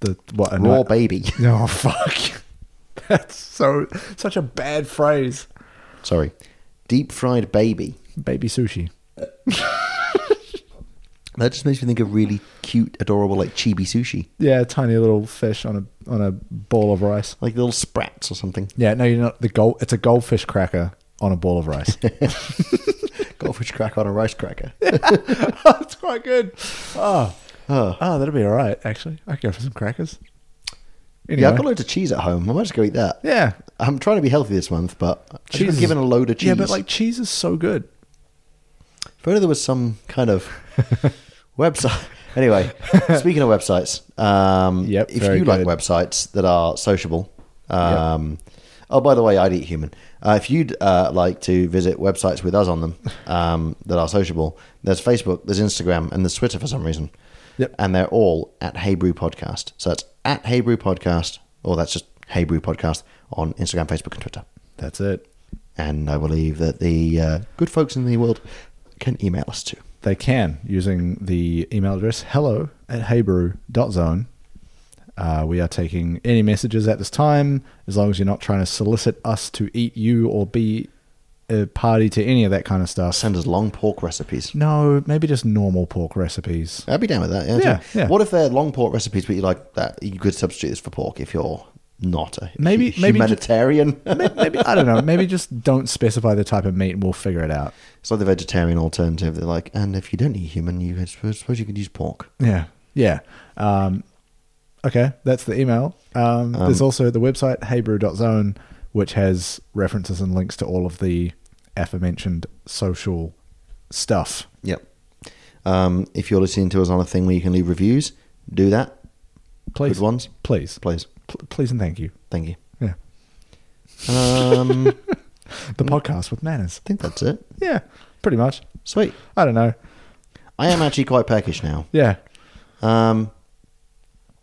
A: The what a
B: raw
A: night-
B: baby.
A: Oh fuck. That's so such a bad phrase.
B: Sorry, deep fried baby.
A: Baby sushi.
B: That just makes me think of really cute, adorable, like chibi sushi,
A: Yeah, tiny little fish on a on a ball of rice.
B: like little sprats or something.
A: Yeah, no, you're not the gold. It's a goldfish cracker on a ball of rice.
B: Goldfish cracker on a rice cracker.
A: That's quite good. Oh,
B: Oh.
A: oh, that'll be all right. Actually, I could go for some crackers. Anyway,
B: Yeah, I've got loads of cheese at home. I might just go eat that.
A: yeah,
B: I'm trying to be healthy this month, but I've just been
A: is-
B: given a load of cheese.
A: Yeah, but like cheese is so good.
B: if only there was some kind of website. Anyway, speaking of websites, um,
A: Yep,
B: if
A: very
B: you like
A: good.
B: websites that are sociable, um, oh, by the way, I'd eat human. Uh, if you'd uh, like to visit websites with us on them um, that are sociable, there's Facebook, there's Instagram, and there's Twitter for some reason.
A: Yep.
B: And they're all at Hey Brew Podcast. So it's at Hey Brew Podcast, or that's just Hey Brew Podcast on Instagram, Facebook, and Twitter.
A: That's it.
B: And I believe that the uh, good folks in the world can email us too.
A: They can using the email address hello at heybrew.zone. Uh, we are taking any messages at this time, as long as you're not trying to solicit us to eat you or be a party to any of that kind of stuff.
B: Send us long pork recipes.
A: No, maybe just normal pork recipes.
B: I'd be down with that. Yeah.
A: Yeah,
B: too.
A: yeah.
B: What if they're long pork recipes, but you like that? You could substitute this for pork if you're not a hu-
A: Maybe- maybe ju-
B: humanitarian.
A: Maybe, maybe I don't know. Maybe just don't specify the type of meat, and we'll figure it out.
B: it's like the vegetarian alternative. They're like, and if you don't eat human, you I suppose, suppose you could use pork.
A: Yeah, yeah. Um, okay, that's the email. Um, there's also the website heybrew.zone, which has references and links to all of the aforementioned social stuff.
B: Yep. Um, if you're listening to us on a thing where you can leave reviews, do that.
A: Please,
B: Good ones,
A: please,
B: please.
A: Pl- please, and thank you.
B: Thank you.
A: Yeah,
B: Um, I
A: the podcast with manners.
B: think that's it.
A: Yeah, pretty much.
B: Sweet.
A: I don't know.
B: I am actually quite peckish now.
A: Yeah,
B: Um,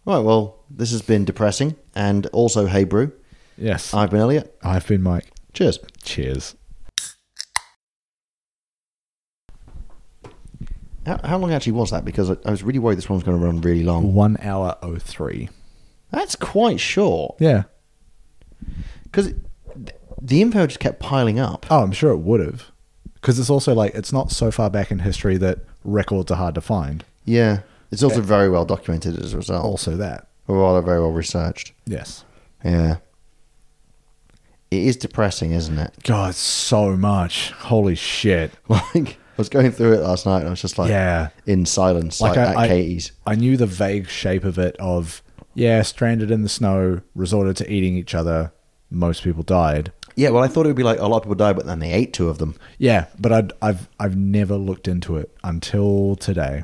B: right. Well, this has been depressing, and also, hey, brew.
A: yes.
B: I've been Elliot.
A: I've been Mike.
B: Cheers.
A: Cheers.
B: How, how long actually was that? Because I, I was really worried this one was going to run really long.
A: One hour oh three.
B: That's quite short.
A: Yeah.
B: Because the info just kept piling up.
A: Oh, I'm sure it would have, because it's also like it's not so far back in history that records are hard to find.
B: Yeah. It's also very well documented as a result.
A: Also, that.
B: Or rather, very well researched.
A: Yes.
B: Yeah. It is depressing, isn't it?
A: God, so much. Holy shit.
B: Like, I was going through it last night and I was just like,
A: Yeah.
B: in silence, like, at
A: I,
B: Katie's.
A: I, I knew the vague shape of it of, yeah, stranded in the snow, resorted to eating each other. Most people died.
B: Yeah, well, I thought it would be like a lot of people died, but then they ate two of them.
A: Yeah, but I'd, I've I've never looked into it until today.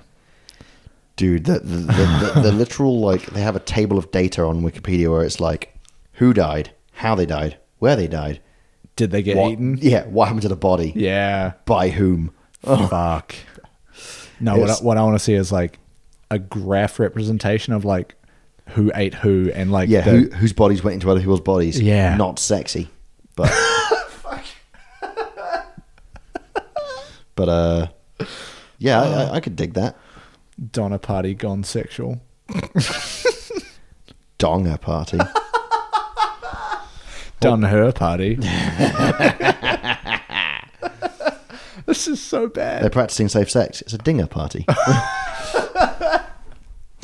B: dude the the, the, the, the literal like they have a table of data on wikipedia where it's like who died how they died where they died
A: Did they get
B: what,
A: eaten?
B: yeah what happened to the body
A: Yeah.
B: by whom Oh.
A: Fuck. No, what I,
B: It's-
A: what I want to see is like a graph representation of like who ate who and like
B: yeah
A: the-
B: who, whose bodies went into other people's bodies
A: Yeah.
B: not sexy but but uh yeah I,
A: Uh.
B: I, I could dig that
A: Donna party gone sexual.
B: donga party
A: done her party. this is so
B: they're
A: bad.
B: practicing safe sex it's a dinger party